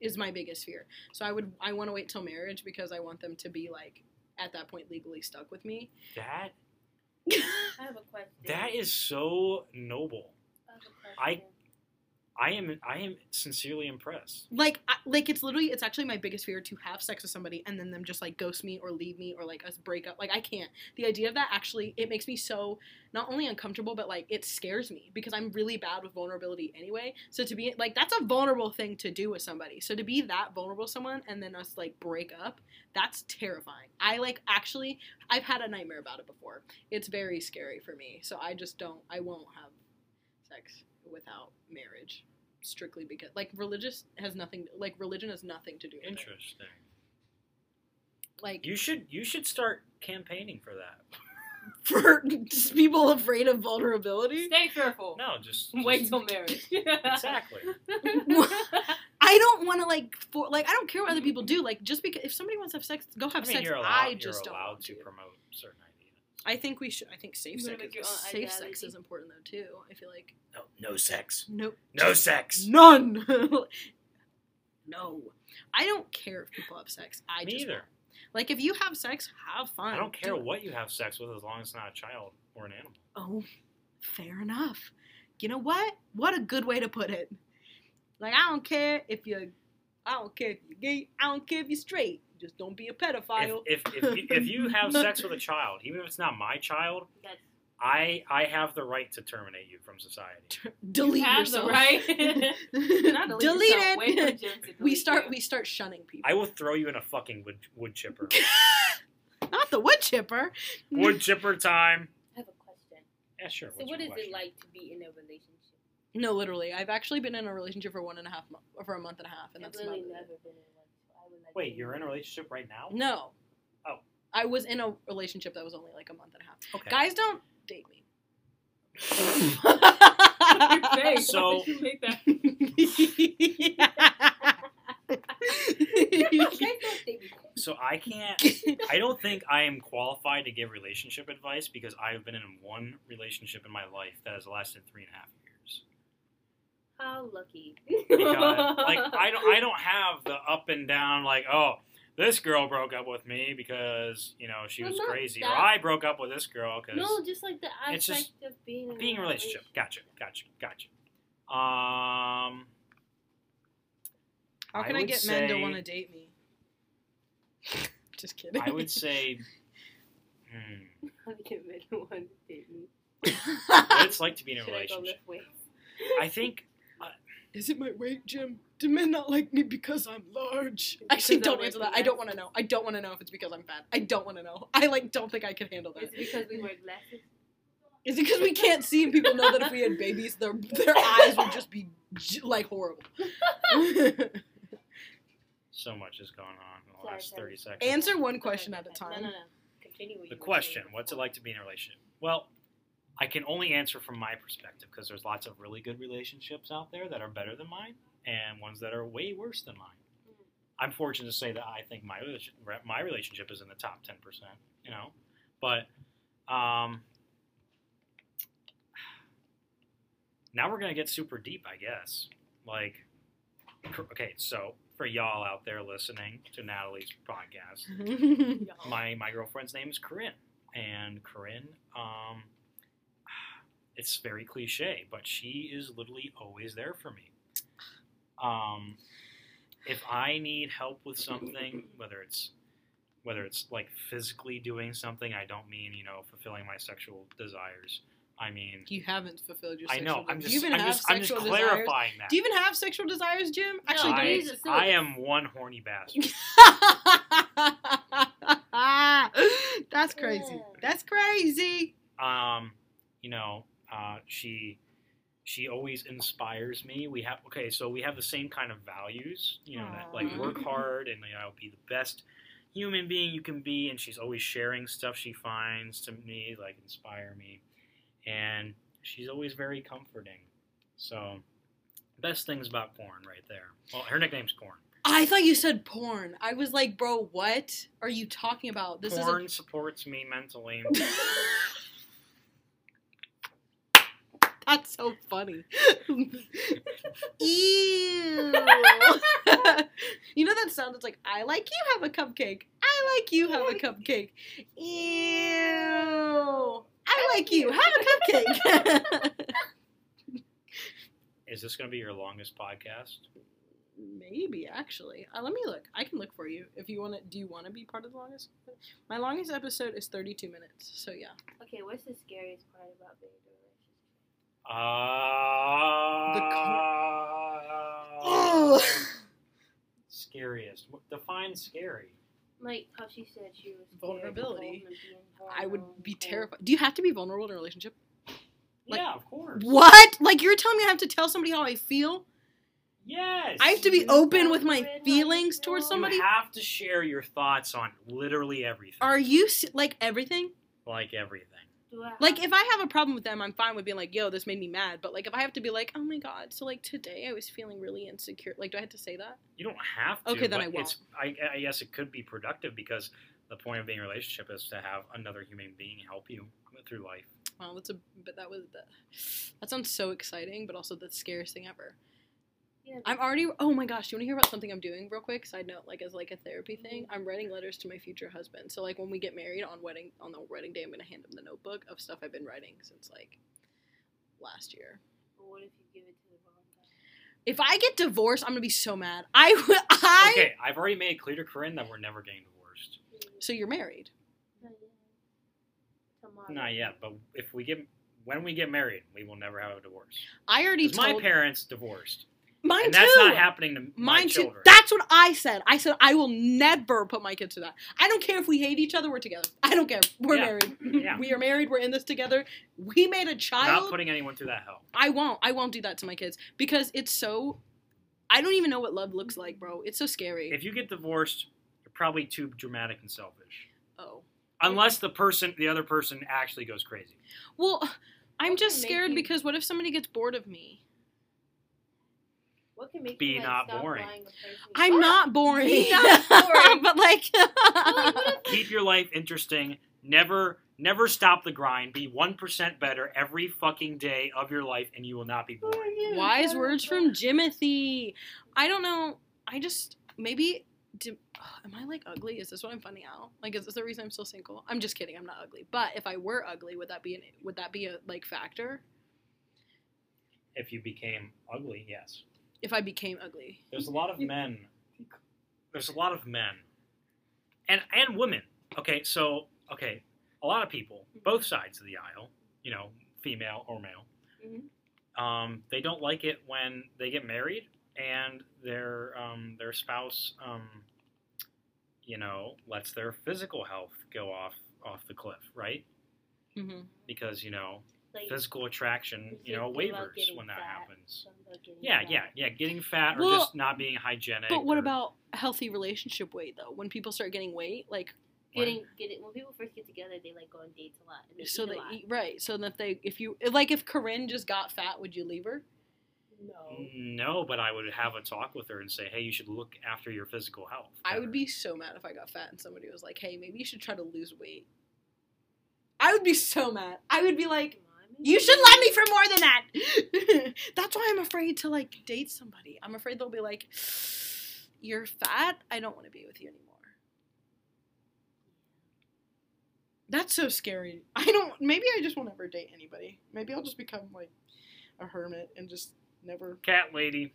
Speaker 3: is my biggest fear. So I would I want to wait till marriage because I want them to be like at that point legally stuck with me.
Speaker 1: that
Speaker 2: I have a question.
Speaker 1: that is so noble.
Speaker 2: I have a
Speaker 1: I-
Speaker 2: question.
Speaker 1: I am I am sincerely impressed.
Speaker 3: like I, like it's literally it's actually my biggest fear to have sex with somebody and then them just like ghost me or leave me or like us break up like i can't the idea of that actually it makes me so not only uncomfortable but like it scares me because i'm really bad with vulnerability anyway so to be like that's a vulnerable thing to do with somebody so to be that vulnerable with someone and then us like break up that's terrifying i like actually i've had a nightmare about it before it's very scary for me so i just don't i won't have sex without marriage strictly because like religious has nothing like religion has nothing to do with it.
Speaker 1: Interesting.
Speaker 3: Like (laughs)
Speaker 1: You should you should start campaigning for that.
Speaker 3: for just people afraid of vulnerability.
Speaker 2: Stay fearful.
Speaker 1: No, just,
Speaker 2: (laughs) Wait
Speaker 1: just-
Speaker 3: (laughs)
Speaker 2: till marriage. (laughs)
Speaker 1: exactly.
Speaker 3: I don't want to like for like I don't care what other people do. Like just because if somebody wants to have sex, go have
Speaker 1: I mean,
Speaker 3: sex.
Speaker 1: you're allowed,
Speaker 3: I just
Speaker 1: you're
Speaker 3: don't.
Speaker 1: allowed
Speaker 3: Want
Speaker 1: to
Speaker 3: to.
Speaker 1: promote certain ideas.
Speaker 3: I think we should. I think safe
Speaker 2: You wanna
Speaker 3: sex.
Speaker 2: make your
Speaker 3: Is,
Speaker 2: own
Speaker 3: safe sex
Speaker 2: identity?
Speaker 3: is important though too. I feel like (laughs)
Speaker 1: No, no sex.
Speaker 3: nope,
Speaker 1: No sex.
Speaker 3: none, (laughs) no. I don't care if people have sex. I
Speaker 1: Me
Speaker 3: just
Speaker 1: either.
Speaker 3: like if you have sex, have fun.
Speaker 1: I don't care
Speaker 3: Do it.
Speaker 1: what you have sex with as long as it's not a child or an animal.
Speaker 3: Oh, fair enough. You know what? What a good way to put it. Like I don't care if you, I don't care if you're gay. I don't care if you're straight. Just don't be a pedophile.
Speaker 1: If, if, if, you, if you have sex with a child, even if it's not my child,
Speaker 2: That's
Speaker 1: I I have the right to terminate you from society.
Speaker 3: delete
Speaker 7: have
Speaker 3: yourself. (laughs)
Speaker 7: the right.
Speaker 3: delete,
Speaker 7: Not yourself, wait for
Speaker 3: it.
Speaker 7: Jim to
Speaker 3: (laughs) We
Speaker 7: delete
Speaker 3: start.
Speaker 7: you.
Speaker 3: We start shunning people.
Speaker 1: I will throw you in a fucking wood, wood chipper.
Speaker 3: Not the wood chipper.
Speaker 1: wood chipper time.
Speaker 2: I have a question.
Speaker 1: Yeah, sure.
Speaker 2: so
Speaker 1: what's
Speaker 2: what
Speaker 1: your
Speaker 2: is
Speaker 1: question?
Speaker 2: it like to be in a relationship?
Speaker 3: No, literally, I've actually been in a relationship for one and a half month, for a month and a half, and
Speaker 2: I've
Speaker 3: that's
Speaker 2: really
Speaker 3: about it.
Speaker 2: never been in one. So I would like
Speaker 1: Wait,
Speaker 2: to
Speaker 1: you're in a
Speaker 2: know.
Speaker 1: relationship right now?
Speaker 3: No.
Speaker 1: Oh.
Speaker 3: I was in a relationship that was only like a month and a half.
Speaker 1: Okay.
Speaker 3: Guys, don't date (laughs) me.
Speaker 7: Your face.
Speaker 1: So-
Speaker 7: Why did you make that?
Speaker 3: (laughs)
Speaker 2: Guys don't date me.
Speaker 1: So I
Speaker 2: (laughs)
Speaker 1: can't. I don't think I am qualified to give relationship advice because I have been in one relationship in my life that has lasted three and a half years.
Speaker 2: How lucky.
Speaker 1: Because,
Speaker 2: (laughs)
Speaker 1: like I don't, I don't have the up and down. Like, oh, this girl broke up with me because you know she
Speaker 2: Well,
Speaker 1: was
Speaker 2: not
Speaker 1: crazy, or
Speaker 2: that-
Speaker 1: I broke up with this girl because
Speaker 2: No, just like the aspect
Speaker 1: It's just
Speaker 2: of being in
Speaker 1: being a relationship. Gotcha, gotcha, gotcha. Um,
Speaker 3: (laughs) How can
Speaker 1: I
Speaker 3: I,
Speaker 1: would
Speaker 3: get men to
Speaker 1: say-
Speaker 3: want to date me? (laughs) Just kidding.
Speaker 1: I
Speaker 2: (laughs)
Speaker 1: would say. Hmm,
Speaker 2: How can men want to date me?
Speaker 1: what it's like to be in a
Speaker 2: Should I go
Speaker 1: relationship.
Speaker 2: left way?
Speaker 1: I think
Speaker 3: (laughs) Is it my weight, Jim? Do men not like me because I'm large? Actually,
Speaker 7: Because I'm
Speaker 3: don't answer
Speaker 7: like
Speaker 3: that. I don't
Speaker 7: that.
Speaker 3: want to know. I don't want to know if it's because I'm fat. I don't want to know. I like don't think I could handle that.
Speaker 2: Is it because we wear glasses?
Speaker 3: Is it because we can't see and people know that if we had babies, their their eyes would just be j- like horrible? (laughs)
Speaker 1: so much has gone on in the
Speaker 2: Sorry,
Speaker 1: last
Speaker 2: sorry.
Speaker 1: 30 seconds.
Speaker 3: Answer one question at a
Speaker 2: No,
Speaker 3: time.
Speaker 2: no, no. Continue. what
Speaker 1: the
Speaker 2: you were
Speaker 1: question
Speaker 2: saying
Speaker 1: what's it
Speaker 2: before.
Speaker 1: like to be in a relationship? Well, I can only answer from my perspective because there's lots of really good relationships out there that are better than mine and ones that are way worse than mine.
Speaker 2: Mhm.
Speaker 1: I'm fortunate to say that I think my relation- my relationship is in the top 10%, you know? But um, now we're going to get super deep, I guess. Like, cr- okay, so for y'all out there listening to Natalie's podcast, my my girlfriend's name is Corinne, and Corinne, um, it's very cliche, but she is literally always there for me. Um, if I need help with something, whether it's whether it's like physically doing something, I don't mean you know fulfilling my sexual desires. I mean,
Speaker 3: you haven't fulfilled your.
Speaker 1: I
Speaker 3: Sexual
Speaker 1: know. I'm
Speaker 3: desires. Do
Speaker 1: just
Speaker 3: you even
Speaker 1: I'm
Speaker 3: have
Speaker 1: just, I'm just
Speaker 3: sexual desires?
Speaker 1: clarifying that.
Speaker 3: Do you even have sexual desires, Jim? Actually,
Speaker 2: No,
Speaker 3: do
Speaker 1: I,
Speaker 3: you?
Speaker 2: he's a
Speaker 1: I
Speaker 2: silly-
Speaker 1: am one horny bastard.
Speaker 3: (laughs) That's crazy.
Speaker 2: Yeah.
Speaker 3: That's crazy.
Speaker 1: um, you know, uh, she she always inspires me. We have okay, so we have the same kind of values, you know, that like
Speaker 3: Aw.
Speaker 1: work hard and you know be the best human being you can be. And she's always sharing stuff she finds to me, like inspire me, and she's always very comforting. So, best things about Corn right there. Well, her nickname's Corn.
Speaker 3: I thought you said porn. I was like, bro, what are you talking about? This
Speaker 1: Corn supports me mentally.
Speaker 3: is. That's so (laughs) funny. (laughs) Ew. you know that sound that's like, I like you have a cupcake. I like you have a cupcake. Ew. I like you have a (laughs) cupcake.
Speaker 1: Is this going to be your longest podcast?
Speaker 3: Maybe actually. Uh, let me look. I can look for you if you want to. Do you want to be part of the longest? My longest episode is 32 minutes. So yeah.
Speaker 2: Okay, what's the scariest part about being in a relationship?
Speaker 3: Ah.
Speaker 1: Uh, scariest. What- Define scary.
Speaker 2: Like how she said she was scared of
Speaker 3: Vulnerability.
Speaker 2: home and being
Speaker 3: I
Speaker 2: vulnerable.
Speaker 3: would be terrified. Do you have to be vulnerable in a relationship? Like-
Speaker 1: yeah, of course.
Speaker 3: What? Like you're telling me I have to tell somebody how I feel?
Speaker 1: Yes.
Speaker 3: I have to be open with my feelings towards somebody.
Speaker 1: You have to share your thoughts on literally everything.
Speaker 3: Are you s- like everything?
Speaker 1: like everything.
Speaker 2: Do I
Speaker 3: Like if I have a problem with them, I'm fine with being like, "Yo, this made me mad." But like if I have to be like, "Oh my god," so like today I was feeling really insecure. Like do I have to say that?
Speaker 1: You don't have to.
Speaker 3: Okay, then
Speaker 1: but
Speaker 3: I won't.
Speaker 1: It's, I, I guess it could be productive because the point of being in a relationship is to have another human being help you through life.
Speaker 3: Wow, that's a but that was the, that sounds so exciting, but also the scariest thing ever.
Speaker 2: Yeah,
Speaker 3: I'm already. Oh my gosh, do you want to hear about something I'm doing real quick? Side note, like as like a therapy thing, I'm writing letters to my future husband. So like when we get married on wedding on the wedding day, I'm gonna hand him the notebook of stuff I've been writing since like last year.
Speaker 2: but what if you give it to the wrong guy?
Speaker 3: If I get divorced, I'm gonna be so mad. I (laughs) would. I.
Speaker 1: Okay, I've already made it clear to Corinne that we're never getting divorced.
Speaker 3: So you're married.
Speaker 2: Tomorrow.
Speaker 1: Not yet, but if we get when we get married, we will never have a divorce.
Speaker 3: I already
Speaker 1: 'Cause
Speaker 3: told.
Speaker 1: my parents divorced,
Speaker 3: mine
Speaker 1: and that's
Speaker 3: too.
Speaker 1: not happening to my
Speaker 3: Mine too.
Speaker 1: children.
Speaker 3: That's what I said. I said I will never put my kids to that. I don't care if we hate each other. We're together. I don't care. We're
Speaker 1: Yeah.
Speaker 3: married. (laughs)
Speaker 1: Yeah.
Speaker 3: We are married. We're in this together. We made a
Speaker 1: not
Speaker 3: child.
Speaker 1: putting anyone through that hell.
Speaker 3: I won't. I won't do that to my kids because it's so. I don't even know what love looks like, bro. It's so scary.
Speaker 1: If you get divorced, you're probably too dramatic and selfish.
Speaker 3: oh.
Speaker 1: Unless the person, the other person, actually goes crazy.
Speaker 3: Well, I'm just
Speaker 2: make
Speaker 3: scared
Speaker 2: you-
Speaker 3: because what if somebody gets bored of me?
Speaker 2: What can make
Speaker 1: Be
Speaker 2: you, like,
Speaker 1: not
Speaker 2: stop
Speaker 1: boring.
Speaker 2: lying to person?
Speaker 3: I'm not boring.
Speaker 6: You're not boring.
Speaker 3: (laughs) but like,
Speaker 1: Keep your life interesting. Never, never stop the grind. Be one percent better every fucking day of your life, and you will not be bored.
Speaker 3: wise words from Jimothy. I don't know. I just maybe. do- ugh, (sighs) am I like ugly? Is this what I'm finding out? Like, is this the reason I'm still single? I'm just kidding. I'm not ugly. But if I were ugly, would that be an would that be a like factor?
Speaker 1: If you became ugly, yes.
Speaker 3: If I became ugly,
Speaker 1: There's a lot of men. There's a lot of men, and and women. Okay, so okay, a lot of people,
Speaker 2: Mm-hmm.
Speaker 1: both sides of the aisle, you know, female or male.
Speaker 2: Mm-hmm.
Speaker 1: Um, they don't like it when they get married and their um, their spouse, um, you know, lets their physical health go off off the cliff, right?
Speaker 3: mm-hmm.
Speaker 1: Because you know,
Speaker 2: Like,
Speaker 1: physical attraction, you know,
Speaker 2: Thinking about
Speaker 1: wavers
Speaker 2: getting
Speaker 1: when that
Speaker 2: fat.
Speaker 1: happens.
Speaker 2: something about getting
Speaker 1: Yeah,
Speaker 2: fat.
Speaker 1: yeah, yeah. Getting fat or
Speaker 3: Well,
Speaker 1: just not being hygienic.
Speaker 3: But what
Speaker 1: or-
Speaker 3: about healthy relationship weight though? When people start getting weight, like
Speaker 2: Getting, getting, when people first get together, they like go on dates a lot. And they
Speaker 3: so
Speaker 2: eat a
Speaker 3: they
Speaker 2: lot.
Speaker 3: eat right. So that they if you like if Corinne just got fat, would you leave her? Oh.
Speaker 2: No.
Speaker 1: No, but I would have a talk with her and say, "Hey, you should look after your physical health."
Speaker 3: I would be so mad if I got fat and somebody was like, "Hey, maybe you should try to lose weight." I would be so mad. I would be like, "You should love me for more than that." (laughs) That's why I'm afraid to like date somebody. I'm afraid they'll be like, "You're fat. I don't want to be with you anymore." That's so scary. I don't. Maybe I just won't ever date anybody. Maybe I'll just become like a hermit and just never.
Speaker 1: cat lady.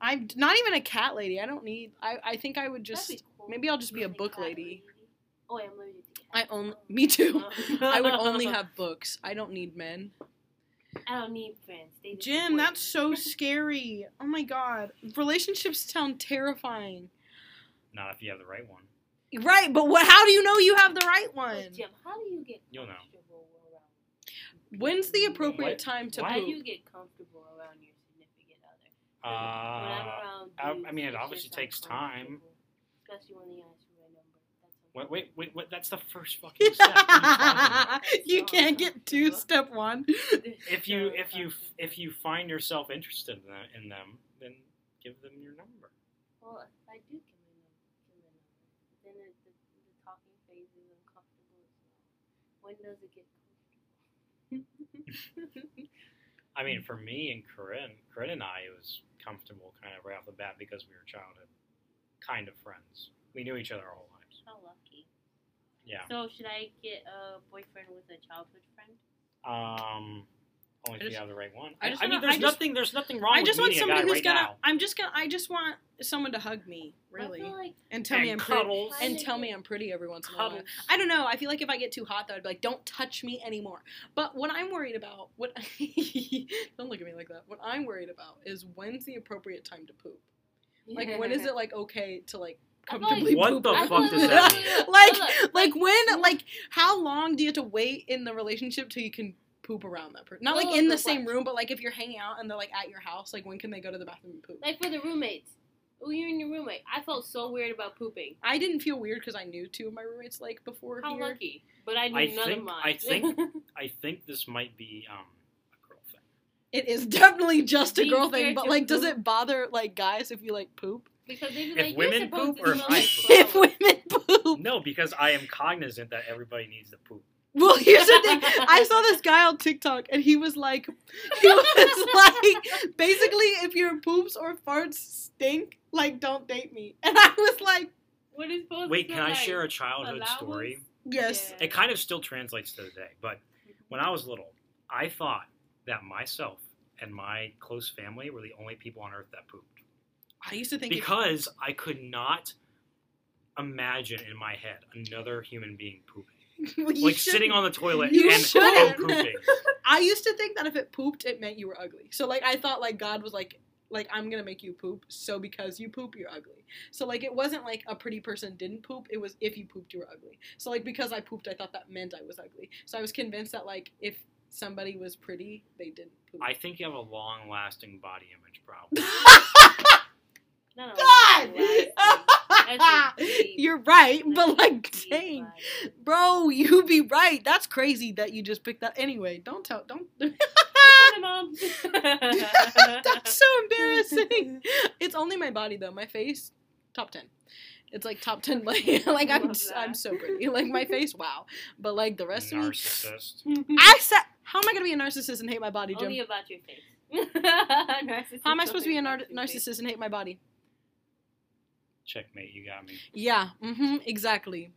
Speaker 3: I'm not even a cat lady. I don't need. I I think I would
Speaker 2: That'd
Speaker 3: just.
Speaker 2: be cool.
Speaker 3: Maybe I'll just be a
Speaker 2: Like
Speaker 3: book
Speaker 2: cat
Speaker 3: lady.
Speaker 2: Oh, I'm limited to cats.
Speaker 3: I only. (laughs)
Speaker 2: Oh.
Speaker 3: Me
Speaker 2: (laughs)
Speaker 3: too.
Speaker 2: Oh.
Speaker 3: I would (laughs) only have books. I don't need men.
Speaker 2: I don't need friends. They just
Speaker 3: Jim,
Speaker 2: support
Speaker 3: that's
Speaker 2: me.
Speaker 3: so scary. Oh my god, relationships sound terrifying.
Speaker 1: Not if you have the right one.
Speaker 3: Right, but what, how do you know you have the right
Speaker 2: Well,
Speaker 3: one?
Speaker 2: Jim, how do you get
Speaker 1: You'll know.
Speaker 2: comfortable around?
Speaker 3: When's the appropriate
Speaker 1: What?
Speaker 3: time to
Speaker 1: Why
Speaker 2: How do
Speaker 3: poop? (laughs)
Speaker 2: you get comfortable around your significant other?
Speaker 1: Uh,
Speaker 2: When I'm
Speaker 1: I,
Speaker 2: around dudes,
Speaker 1: I mean, it
Speaker 2: it's
Speaker 1: obviously
Speaker 2: just
Speaker 1: takes
Speaker 2: uncomfortable.
Speaker 1: time.
Speaker 2: Especially when they ask for my number. That's (laughs)
Speaker 1: Wait, wait, wait, wait. That's the first fucking step. What are you talking
Speaker 3: (laughs)
Speaker 1: about?
Speaker 3: you can't get to step one.
Speaker 2: uncomfortable.
Speaker 1: if you, if you,
Speaker 2: Uncomfortable.
Speaker 1: if you find yourself interested in them, in them, then give them your number.
Speaker 2: Well, if I do give my number, give my number, then it, the, the talking phase is uncomfortable as well. When does it get
Speaker 1: I mean, for me and Corinne, Corinne and I, it was comfortable kind of right off the bat because we were childhood kind of friends. We knew each other our whole lives.
Speaker 2: How lucky.
Speaker 1: Yeah.
Speaker 2: So should I get a boyfriend with a childhood friend?
Speaker 1: Um,
Speaker 3: I
Speaker 1: only if
Speaker 3: just-
Speaker 1: you have the right one.
Speaker 3: I
Speaker 1: I,
Speaker 3: just
Speaker 1: I mean,
Speaker 3: wanna-
Speaker 1: there's
Speaker 3: I just-
Speaker 1: nothing. There's nothing wrong.
Speaker 3: I just
Speaker 1: with
Speaker 3: want
Speaker 1: meeting
Speaker 3: somebody
Speaker 1: a guy
Speaker 3: who's
Speaker 1: right
Speaker 3: gonna.
Speaker 1: now.
Speaker 3: I'm just gonna. I just want someone to hug me,
Speaker 2: I
Speaker 3: really,
Speaker 2: feel like
Speaker 3: and tell me I'm
Speaker 1: And
Speaker 3: pretty.
Speaker 1: cuddles.
Speaker 2: I
Speaker 3: And
Speaker 2: think
Speaker 3: tell
Speaker 2: it-
Speaker 3: me I'm pretty every once in a while.
Speaker 1: Cuddles.
Speaker 3: I don't know. I feel like if I get too hot, that I'd be like, "Don't touch me anymore." But what I'm worried about, what (laughs) don't look at me like that. What I'm worried about is when's the appropriate time to poop. Like when is it like okay to like
Speaker 2: I feel
Speaker 3: comfortably
Speaker 1: What
Speaker 3: poop?
Speaker 1: the
Speaker 3: I
Speaker 2: I
Speaker 3: feel
Speaker 1: fuck
Speaker 2: feel
Speaker 1: does
Speaker 2: like-
Speaker 1: that
Speaker 3: like,
Speaker 2: Look,
Speaker 3: like when like how long do you have to wait in the relationship till you can poop around that person? Not like
Speaker 2: Well,
Speaker 3: in the
Speaker 2: but
Speaker 3: same
Speaker 2: what-
Speaker 3: room, but like if you're hanging out and they're like at your house, like when can they go to the bathroom and poop?
Speaker 2: Like for the roommates. Oh, you're in your roommate. I felt so weird about pooping.
Speaker 3: I didn't feel weird because I knew two of my roommates like before
Speaker 2: How
Speaker 3: here.
Speaker 2: lucky. But I knew
Speaker 1: I
Speaker 2: none
Speaker 1: think-
Speaker 2: of (laughs) mine.
Speaker 1: I think
Speaker 3: (laughs)
Speaker 1: I think this might be um, a girl thing.
Speaker 3: It is definitely just a
Speaker 2: Being
Speaker 3: girl thing,
Speaker 2: scared
Speaker 3: but
Speaker 2: to
Speaker 3: like, does
Speaker 2: poop.
Speaker 3: it bother like guys if you like poop?
Speaker 2: because they
Speaker 1: If
Speaker 2: like,
Speaker 1: women
Speaker 2: you're supposed
Speaker 1: poop
Speaker 2: to
Speaker 1: or if
Speaker 2: smell
Speaker 1: I
Speaker 2: like
Speaker 1: poop?
Speaker 2: cologne."
Speaker 3: if women poop,
Speaker 1: No, because I am cognizant that everybody needs to poop.
Speaker 3: Well, here's the thing. I saw this guy on TikTok and he was like, he
Speaker 2: (laughs)
Speaker 3: was (laughs) like, basically, if your poops or farts stink, like, don't date me. And I was like,
Speaker 7: What is both?
Speaker 1: Wait, can I share a childhood
Speaker 7: allowance?
Speaker 1: story?
Speaker 3: yes.
Speaker 1: It kind of still translates to today, but
Speaker 3: Mm-hmm.
Speaker 1: when I was little, I thought that myself and my close family were the only people on earth that pooped.
Speaker 3: I used to think if-
Speaker 1: Because I could not imagine in my head another human being pooping.
Speaker 3: Well, (laughs) you
Speaker 1: like
Speaker 3: shouldn't.
Speaker 1: sitting on the toilet
Speaker 3: You
Speaker 1: and
Speaker 3: shouldn't.
Speaker 1: pooping.
Speaker 3: I used to think that if it pooped, it meant you were ugly. So like I thought like God was like like I'm gonna make you poop. So because you poop, you're ugly. So like it wasn't like a pretty person didn't poop. It was if you pooped, you were ugly. So like because I pooped, I thought that meant I was ugly. So I was convinced that like if somebody was pretty, they didn't poop. (laughs)
Speaker 1: I think you have a long lasting body image problem.
Speaker 2: No,
Speaker 3: God,
Speaker 2: That's a deep-
Speaker 3: (laughs) you're right,
Speaker 2: no,
Speaker 3: (laughs) but like, (laughs)
Speaker 2: deep
Speaker 3: dang,
Speaker 2: lie.
Speaker 3: bro, you be right. That's crazy that you just picked that. Anyway, don't tell, don't. (laughs)
Speaker 7: mom.
Speaker 3: That's so embarrassing. (laughs) It's only my body though. My face, top ten. It's like top ten. (laughs) Like, like I'm
Speaker 7: Love that.
Speaker 3: I'm so pretty. Like my face, wow. But like the rest of me,
Speaker 1: Narcissist.
Speaker 3: I said, how am I gonna be a narcissist and hate my body, Jim?
Speaker 2: Only about your face. (laughs) Narcissist
Speaker 3: How am I supposed to be a nar-
Speaker 2: only about your face.
Speaker 3: narcissist and hate my body?
Speaker 1: Checkmate, you got me.
Speaker 3: Yeah. Mm-hmm. Exactly.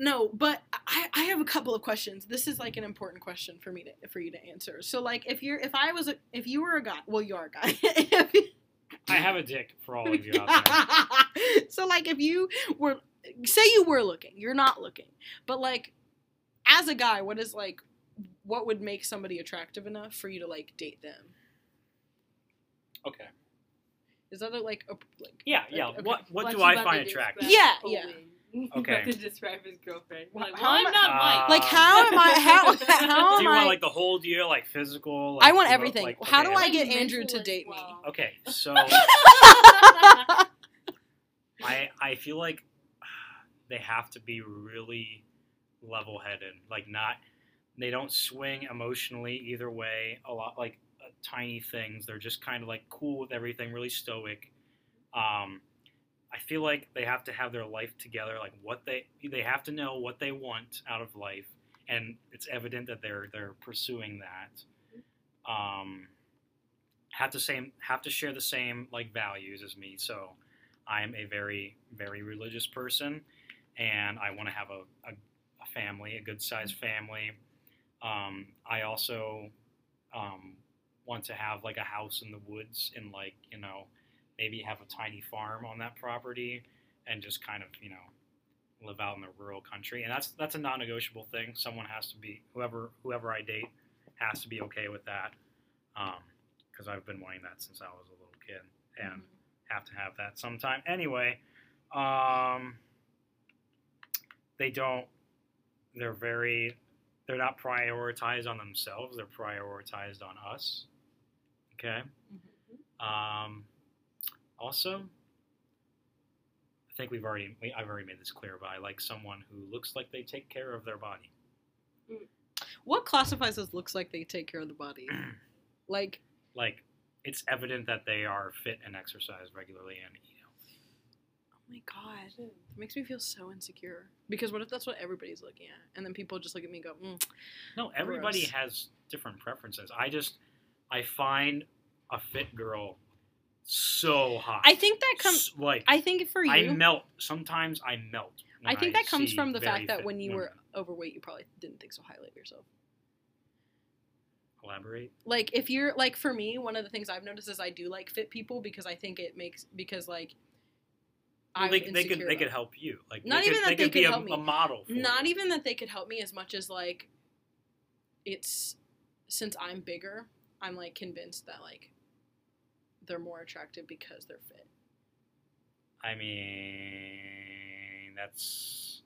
Speaker 3: No, but I, I have a couple of questions. This is like an important question for me to for you to answer. So like if you're if I was a, if you were a guy, well you are a guy. (laughs) If you-
Speaker 1: I have a dick for
Speaker 3: (laughs)
Speaker 1: all of you out there.
Speaker 3: so like if you were say you were looking, you're not looking. But like as a guy, what is like what would make somebody attractive enough for you to like date them?
Speaker 1: Okay.
Speaker 3: Is that like a like
Speaker 1: Yeah, yeah.
Speaker 3: Okay.
Speaker 1: What what
Speaker 2: What
Speaker 1: do
Speaker 2: you
Speaker 1: I
Speaker 2: about
Speaker 1: find
Speaker 2: to
Speaker 1: attractive?
Speaker 2: describe?
Speaker 3: Yeah,
Speaker 2: Oh,
Speaker 3: yeah.
Speaker 2: wait.
Speaker 1: Okay.
Speaker 7: to describe his girlfriend. Like,
Speaker 3: How
Speaker 7: well,
Speaker 3: am
Speaker 7: I'm not
Speaker 1: Uh,
Speaker 7: Mike.
Speaker 3: like how am
Speaker 1: (laughs)
Speaker 3: I how how
Speaker 1: do
Speaker 3: am
Speaker 1: you want
Speaker 3: I
Speaker 1: like the whole deal, like physical? Like,
Speaker 3: I want
Speaker 1: what-
Speaker 3: everything.
Speaker 1: like,
Speaker 3: How
Speaker 1: okay,
Speaker 3: do I
Speaker 1: like-
Speaker 3: get
Speaker 2: Mental
Speaker 3: Andrew to
Speaker 2: as
Speaker 3: date me?
Speaker 2: well. (laughs)
Speaker 3: (laughs)
Speaker 1: Okay, so I I feel like they have to be really level headed. Like not they don't swing emotionally either way a lot like uh, tiny things. They're just kind of like cool with everything, really stoic. Um I feel like they have to have their life together, like what they they have to know what they want out of life and it's evident that they're they're pursuing that. Um have to same have to share the same like values as me, so I'm a very, very religious person, and I want to have a, a, a family, a good sized family. Um, I also um, want to have like a house in the woods and like you know maybe have a tiny farm on that property and just kind of you know live out in the rural country. And that's that's a non-negotiable thing. Someone has to be whoever whoever I date has to be okay with that because I've been wanting that since I was a little kid and have to have that sometime. Anyway, um, they don't. They're very. They're not prioritized on themselves. They're prioritized on us. Okay. Um, also, I think we've already. We, I've already made this clear, but I like someone who looks like they take care of their body.
Speaker 3: What classifies as looks like they take care of the
Speaker 1: (clears throat)
Speaker 3: body? like
Speaker 1: Like it's evident that they are fit and exercise regularly and eat healthy.
Speaker 3: oh my god. It makes me feel so insecure. Because what if that's what everybody's looking at? And then people just look at me and go, mm,
Speaker 1: No, everybody
Speaker 3: Gross.
Speaker 1: has different preferences. I just I find a fit girl so hot.
Speaker 3: I think that comes.
Speaker 1: S- like
Speaker 3: I think for you,
Speaker 1: I melt. Sometimes I melt. when
Speaker 3: I think that comes
Speaker 1: see
Speaker 3: from the
Speaker 1: very
Speaker 3: fact that
Speaker 1: fit
Speaker 3: when you were
Speaker 1: women.
Speaker 3: overweight, you probably didn't think so highly of yourself.
Speaker 1: elaborate.
Speaker 3: Like if you're like for me, one of the things I've noticed is I do like fit people because I think it makes because like
Speaker 1: Well,
Speaker 3: I'm
Speaker 1: they, they could
Speaker 3: insecure
Speaker 1: they could
Speaker 3: about-
Speaker 1: help you. Like
Speaker 3: Not
Speaker 1: they
Speaker 3: even
Speaker 1: could,
Speaker 3: that
Speaker 1: they
Speaker 3: they
Speaker 1: could be
Speaker 3: could
Speaker 1: a,
Speaker 3: help me.
Speaker 1: a model. For
Speaker 3: Not
Speaker 1: you.
Speaker 3: even that they could help me as much as like it's since I'm bigger, I'm like convinced that like they're more attractive because they're fit.
Speaker 1: I mean, that's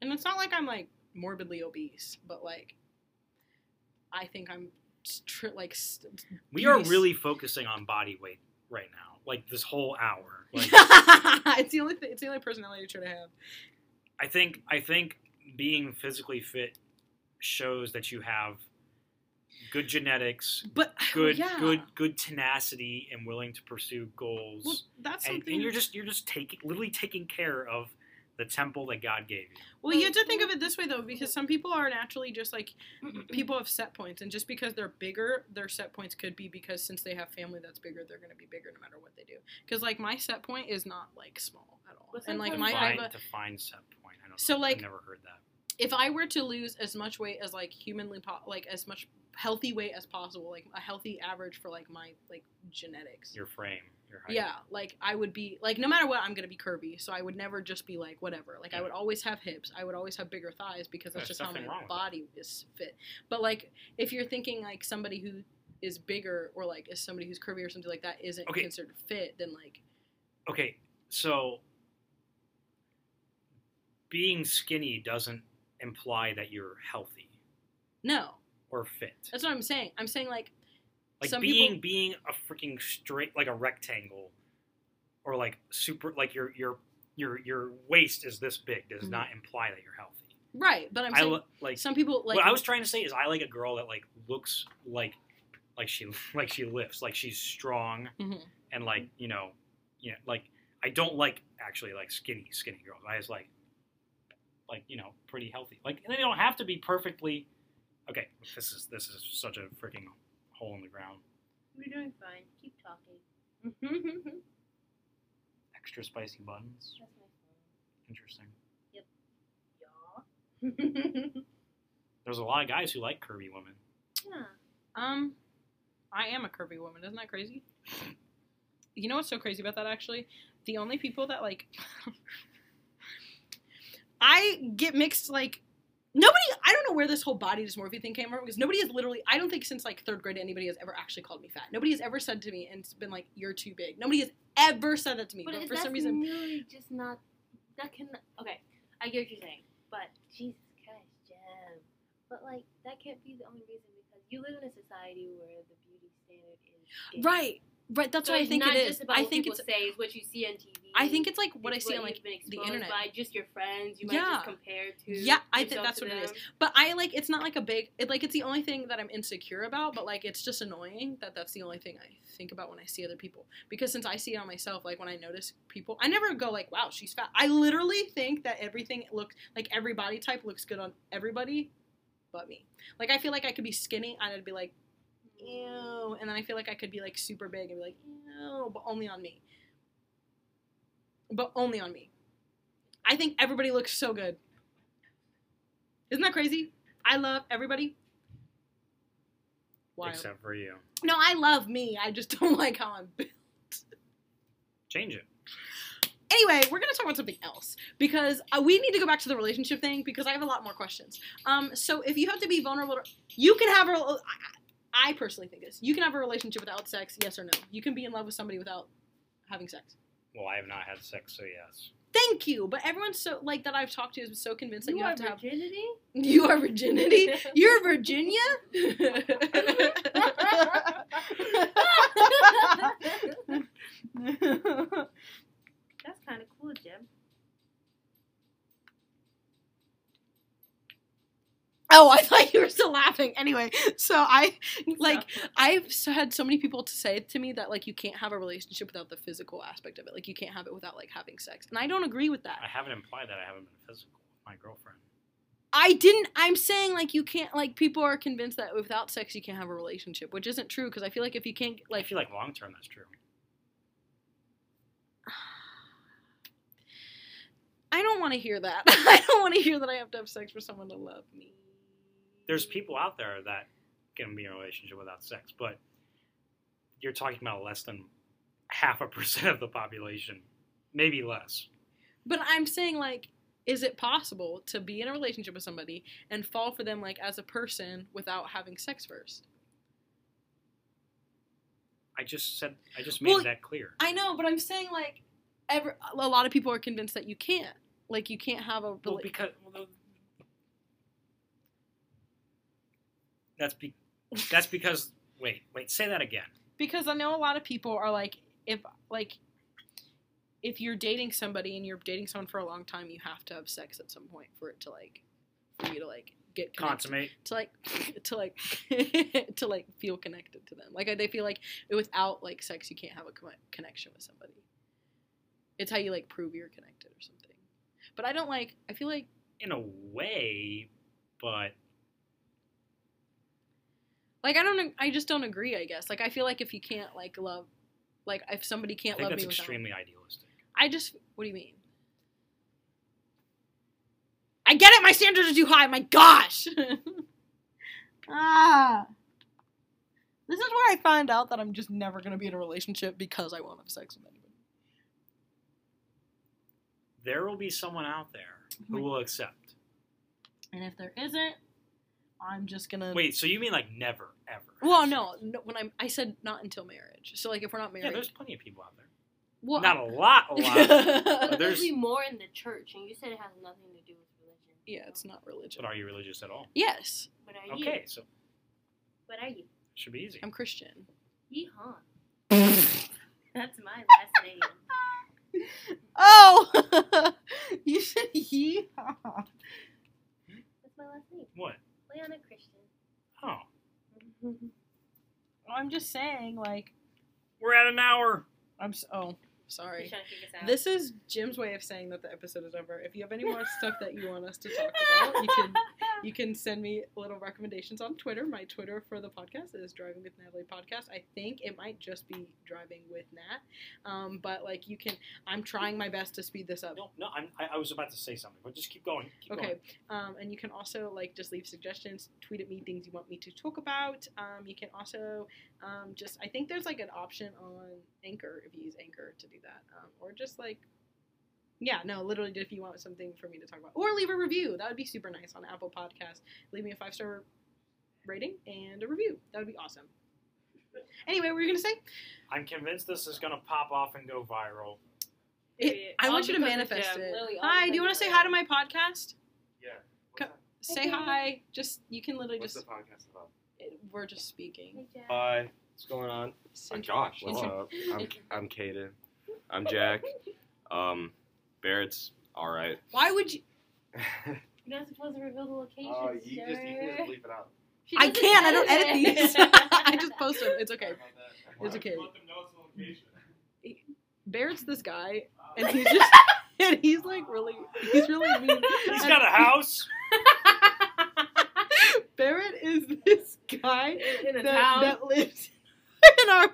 Speaker 3: And it's not like I'm like morbidly obese, but like I think I'm stri- like st-
Speaker 1: we
Speaker 3: You
Speaker 1: are
Speaker 3: s-
Speaker 1: really focusing on body weight right now. Like this whole hour. Like
Speaker 3: (laughs) it's the only th- it's the only personality trait I have.
Speaker 1: I think I think being physically fit shows that you have good genetics,
Speaker 3: But
Speaker 1: good
Speaker 3: Oh, yeah.
Speaker 1: good good tenacity, and willing to pursue goals.
Speaker 3: Well, that's
Speaker 1: and,
Speaker 3: something.
Speaker 1: and you're just you're just taking literally taking care of the temple that God gave you.
Speaker 3: Well, you have to think of it this way though, because some people are naturally just like people have set points, and just because they're bigger, their set points could be because since they have family that's bigger, they're going to be bigger no matter what they do. Because like my set point is not like small at all,
Speaker 2: But
Speaker 3: and like
Speaker 2: sometimes
Speaker 3: my I
Speaker 1: Define,
Speaker 3: have a,
Speaker 1: define set point. I don't know.
Speaker 3: So, like-
Speaker 1: I've never heard that.
Speaker 3: if I were to lose as much weight as like humanly po- like as much healthy weight as possible, like a healthy average for like my like genetics.
Speaker 1: Your frame, your height.
Speaker 3: Yeah, like I would be like no matter what, I'm gonna be curvy. So I would never just be like whatever. Like I would always have hips. I would always have bigger thighs because that's
Speaker 1: There's
Speaker 3: just how my
Speaker 1: nothing wrong with
Speaker 3: body is fit. But like if you're thinking like somebody who is bigger or like is somebody who's curvy or something like that isn't
Speaker 1: Okay.
Speaker 3: considered fit, then like
Speaker 1: Okay, so being skinny doesn't imply that you're healthy
Speaker 3: no,
Speaker 1: or fit.
Speaker 3: that's what I'm saying. I'm saying like
Speaker 1: Like
Speaker 3: some
Speaker 1: being
Speaker 3: people-
Speaker 1: being a freaking straight like a rectangle or like super like your your your your waist is this big does
Speaker 3: Mhm.
Speaker 1: not imply that you're healthy.
Speaker 3: right, but I'm saying
Speaker 1: lo- like
Speaker 3: some people like
Speaker 1: what I was trying to say is I like a girl that like looks like like she (laughs) like she lifts like she's strong
Speaker 3: Mhm.
Speaker 1: and like you know you know like I don't like actually like skinny skinny girls I just like like you know pretty healthy like and they don't have to be perfectly okay this is this is such a freaking hole in the ground
Speaker 2: We're doing fine. Keep talking.
Speaker 3: mm-hmm,
Speaker 1: extra spicy buns
Speaker 2: That's my phone.
Speaker 1: interesting
Speaker 2: Y'all.
Speaker 1: there's a lot of guys who like curvy women
Speaker 3: Um, I am a curvy woman. Isn't that crazy? You know what's so crazy about that? Actually, the only people that like, (laughs) I get mixed like. Nobody, I don't know where this whole body dysmorphia thing came from because nobody has literally, I don't think since like third grade anybody has ever actually called me fat. Nobody has ever said to me and it's been like, you're too big. Nobody has ever said that to me.
Speaker 2: But
Speaker 3: But,
Speaker 2: it-
Speaker 3: for
Speaker 2: that's
Speaker 3: some reason,
Speaker 2: really just not. That can. Okay, I get what you're saying, but Jesus Christ, Jem. But like that can't be the only reason because you live in a society where the beauty standard is. is-
Speaker 3: right, right, that's
Speaker 2: So
Speaker 3: what I
Speaker 2: it's
Speaker 3: think
Speaker 2: not
Speaker 3: it is.
Speaker 2: Just about
Speaker 3: I
Speaker 2: what
Speaker 3: think
Speaker 2: people
Speaker 3: it's,
Speaker 2: say is what you see on TV.
Speaker 3: I think it's like what I
Speaker 2: It's
Speaker 3: see on
Speaker 2: you've
Speaker 3: like
Speaker 2: been
Speaker 3: the
Speaker 2: exposed
Speaker 3: internet.
Speaker 2: by just your friends. You might
Speaker 3: Yeah.
Speaker 2: just compare to.
Speaker 3: Yeah, I think
Speaker 2: yourself
Speaker 3: that's
Speaker 2: to
Speaker 3: what it is.
Speaker 2: them.
Speaker 3: But I like it's not like a big it like it's the only thing that I'm insecure about, but like it's just annoying that that's the only thing I think about when I see other people. Because since I see it on myself, like when I notice people, I never go like, "Wow, she's fat." I literally think that everything looks like every body type looks good on everybody but me. Like I feel like I could be skinny and I'd be like, "Ew." And then I feel like I could be like super big and be like, "Ew," but only on me. But only on me. I think everybody looks so good. Isn't that crazy? I love everybody. Wild.
Speaker 1: except for you
Speaker 3: no, I love me. I just (laughs) don't like how I'm built.
Speaker 1: change it
Speaker 3: Anyway, we're gonna talk about something else because uh, we need to go back to the relationship thing because I have a lot more questions. Um, so if you have to be vulnerable, to, you can have a. I I personally think this. You can have a relationship without sex, yes or no. You can be in love with somebody without having sex.
Speaker 1: well I have not had sex so yes
Speaker 3: Thank you, but everyone's so like that I've talked to is so convinced that
Speaker 2: You,
Speaker 3: you,
Speaker 2: are
Speaker 3: have to have
Speaker 2: virginity.
Speaker 3: (laughs)
Speaker 2: (laughs)
Speaker 3: You are virginity? You're Virginia?
Speaker 2: (laughs) That's kind of cool, Jim.
Speaker 3: oh, I (laughs) thought you were still laughing. Anyway, so I like I've s- had so many people to say to me that like you can't have a relationship without the physical aspect of it. Like you can't have it without like having sex. And I don't agree with that.
Speaker 1: I haven't implied that I haven't been physical with my girlfriend
Speaker 3: I didn't. I'm saying like you can't. Like people are convinced that without sex you can't have a relationship, which isn't true. Because I feel like if you can't
Speaker 1: I
Speaker 3: like
Speaker 1: feel like long term that's true
Speaker 3: I don't want to hear that. (laughs) I don't want to hear that I have to have sex for someone to love me.
Speaker 1: there's people out there that can be in a relationship without sex, but you're talking about less than half a percent of the population, maybe less.
Speaker 3: But I'm saying like is it possible to be in a relationship with somebody and fall for them like as a person without having sex first?
Speaker 1: I just said, I just made
Speaker 3: Well,
Speaker 1: that clear.
Speaker 3: I know, but I'm saying like ever a lot of people are convinced that you can't. Like you can't have a
Speaker 1: Well,
Speaker 3: rela-
Speaker 1: because well, the- that's be, that's because. Wait, wait, say that again.
Speaker 3: because I know a lot of people are like if like if you're dating somebody and you're dating someone for a long time, you have to have sex at some point for it to like for you to like get connected.
Speaker 1: Consummate.
Speaker 3: to like to like (laughs) to like (laughs) feel connected to them. Like they feel like without like sex, you can't have a con- connection with somebody. It's how you like prove you're connected or something.
Speaker 5: But I don't like. I feel like
Speaker 1: in a way, but
Speaker 5: like I don't. I just don't agree. I guess like I feel like if you can't like love, like if somebody
Speaker 1: I
Speaker 5: can't
Speaker 1: think
Speaker 5: love
Speaker 1: that's
Speaker 5: me, without-
Speaker 1: extremely idealistic.
Speaker 5: I just. What do you mean? I get it. My standards are too high. My gosh. (laughs)
Speaker 3: Ah. This is where I find out that I'm just never going to be in a relationship because I won't have sex with anybody.
Speaker 1: There will be someone out there who
Speaker 3: my-
Speaker 1: will accept.
Speaker 3: And if there isn't, I'm just going to.
Speaker 1: Wait, so you mean like never ever?
Speaker 5: Well, no, no. When I'm, I said not until marriage. So like if we're not
Speaker 1: Yeah,
Speaker 5: married,
Speaker 1: there's plenty of people out there.
Speaker 5: well,
Speaker 1: Not a lot, a
Speaker 5: (laughs)
Speaker 2: But
Speaker 1: lot.
Speaker 2: there's
Speaker 1: There's-
Speaker 2: be more in the church, and you said it has nothing to do with religion.
Speaker 5: yeah, it's not religion.
Speaker 1: but are you religious at all?
Speaker 5: Yes,
Speaker 2: But are you?
Speaker 1: Okay, so it
Speaker 2: But are you?
Speaker 1: should be easy.
Speaker 5: I'm Christian.
Speaker 2: Yeehaw. (laughs) That's my last name.
Speaker 3: (laughs) Oh! (laughs) you said yeehaw.
Speaker 2: That's my last name.
Speaker 1: What?
Speaker 2: Leona
Speaker 3: (laughs)
Speaker 2: Christian.
Speaker 1: Oh,
Speaker 3: I'm just saying, like,
Speaker 1: we're at an hour.
Speaker 3: I'm so. Oh,
Speaker 2: You
Speaker 5: Sorry.
Speaker 2: trying to kick us out?
Speaker 3: This is Jim's way of saying that the episode is over. If you have any more stuff that you want us to talk about, you (laughs) can you can send me little recommendations on Twitter. My Twitter for the podcast is Driving with Natalie Podcast. I think it might just be Driving with Nat, um, but like you can. I'm trying my best to speed this up.
Speaker 1: No, no, I'm, I, I was about to say something, but just keep going. Keep
Speaker 3: Okay,
Speaker 1: going.
Speaker 3: um, and you can also like just leave suggestions, tweet at me things you want me to talk about. Um, you can also um, just I think there's like an option on Anchor if you use Anchor to do that, um, or just like yeah, no, literally if you want something for me to talk about, or leave a review. That would be super nice on Apple Podcast. Leave me a five star rating and a review. That would be awesome. Anyway, what were you gonna say?
Speaker 1: I'm convinced this is gonna pop off and go viral.
Speaker 3: It, I
Speaker 6: All
Speaker 3: want you to
Speaker 6: because of
Speaker 3: manifest
Speaker 6: Jim.
Speaker 3: it.
Speaker 6: Literally, all
Speaker 3: Hi, do you want
Speaker 6: because
Speaker 3: to say
Speaker 6: of
Speaker 3: hi to my podcast?
Speaker 4: Yeah.
Speaker 3: Co- Say hi. Just you can literally just
Speaker 4: podcast about?
Speaker 3: it- we're just speaking.
Speaker 2: Hey, Jack.
Speaker 7: Uh,
Speaker 8: Hi, what's going on?
Speaker 3: Syn-
Speaker 8: Josh. What's
Speaker 3: Intro-
Speaker 8: up? I'm, I'm Kaden. I'm Jack. Um, Barrett's all
Speaker 4: (laughs)
Speaker 8: right.
Speaker 3: Why would you?
Speaker 4: Uh,
Speaker 2: You're not supposed to reveal the location.
Speaker 7: uh,
Speaker 2: (laughs)
Speaker 8: leave it out.
Speaker 2: She
Speaker 3: I
Speaker 2: doesn't
Speaker 3: can't. I don't
Speaker 2: edit
Speaker 3: edit
Speaker 2: it. (laughs)
Speaker 3: these. (laughs) I just post them. It's okay. It's okay. Barrett's this guy,
Speaker 1: Uh,
Speaker 3: and he's just and he's like really he's really mean.
Speaker 1: He's got a house.
Speaker 3: Barrett is this guy
Speaker 7: In a
Speaker 3: that,
Speaker 7: town.
Speaker 3: that lives (laughs) in our.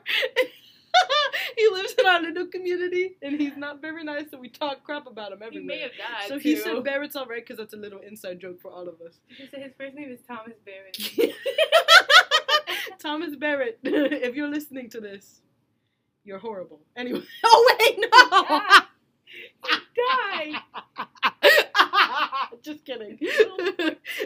Speaker 3: he lives in our little community, and he's not very nice. So we talk crap about him
Speaker 7: he
Speaker 3: everywhere.
Speaker 7: may have died.
Speaker 3: so
Speaker 7: too.
Speaker 3: he said Barrett's alright because that's a little inside joke for all of us. (laughs)
Speaker 7: He said his first name is Thomas Barrett.
Speaker 3: Thomas Barrett, (laughs) if you're listening to this, you're horrible. Anyway, (laughs) oh wait, no.
Speaker 7: died.
Speaker 3: (laughs) Just kidding.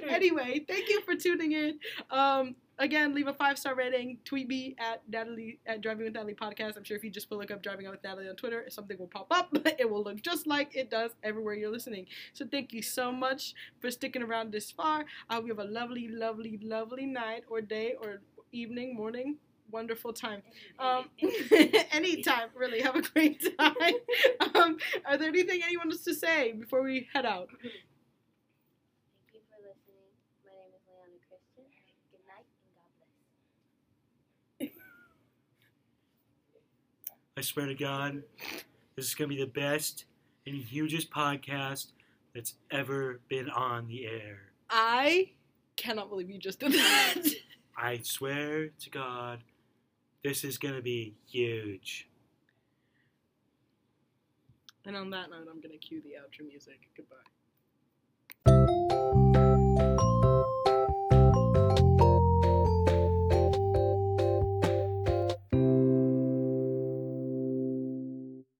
Speaker 3: anyway, thank you for tuning in. Um, again, leave a five star rating. Tweet me at Natalie at Driving with Natalie podcast. I'm sure if you just look up Driving Out with Natalie on Twitter, something will pop up. (laughs) it will look just like it does everywhere you're listening. So thank you so much for sticking around this far. I hope you have a lovely, lovely, lovely night or day or evening, morning, wonderful time.
Speaker 2: (laughs)
Speaker 3: Um, (laughs) anytime, really. Have a great (laughs) time. Um, are there anything anyone wants to say before we head out?
Speaker 2: Thank you for listening. My name is Leona Christian. Good night and God bless.
Speaker 1: I swear to God, this is going to be the best and hugest podcast that's ever been on the air.
Speaker 3: I cannot believe you just did (laughs) that.
Speaker 1: I swear to God, this is going to be huge.
Speaker 3: and on that note, I'm going to cue the outro music. Goodbye.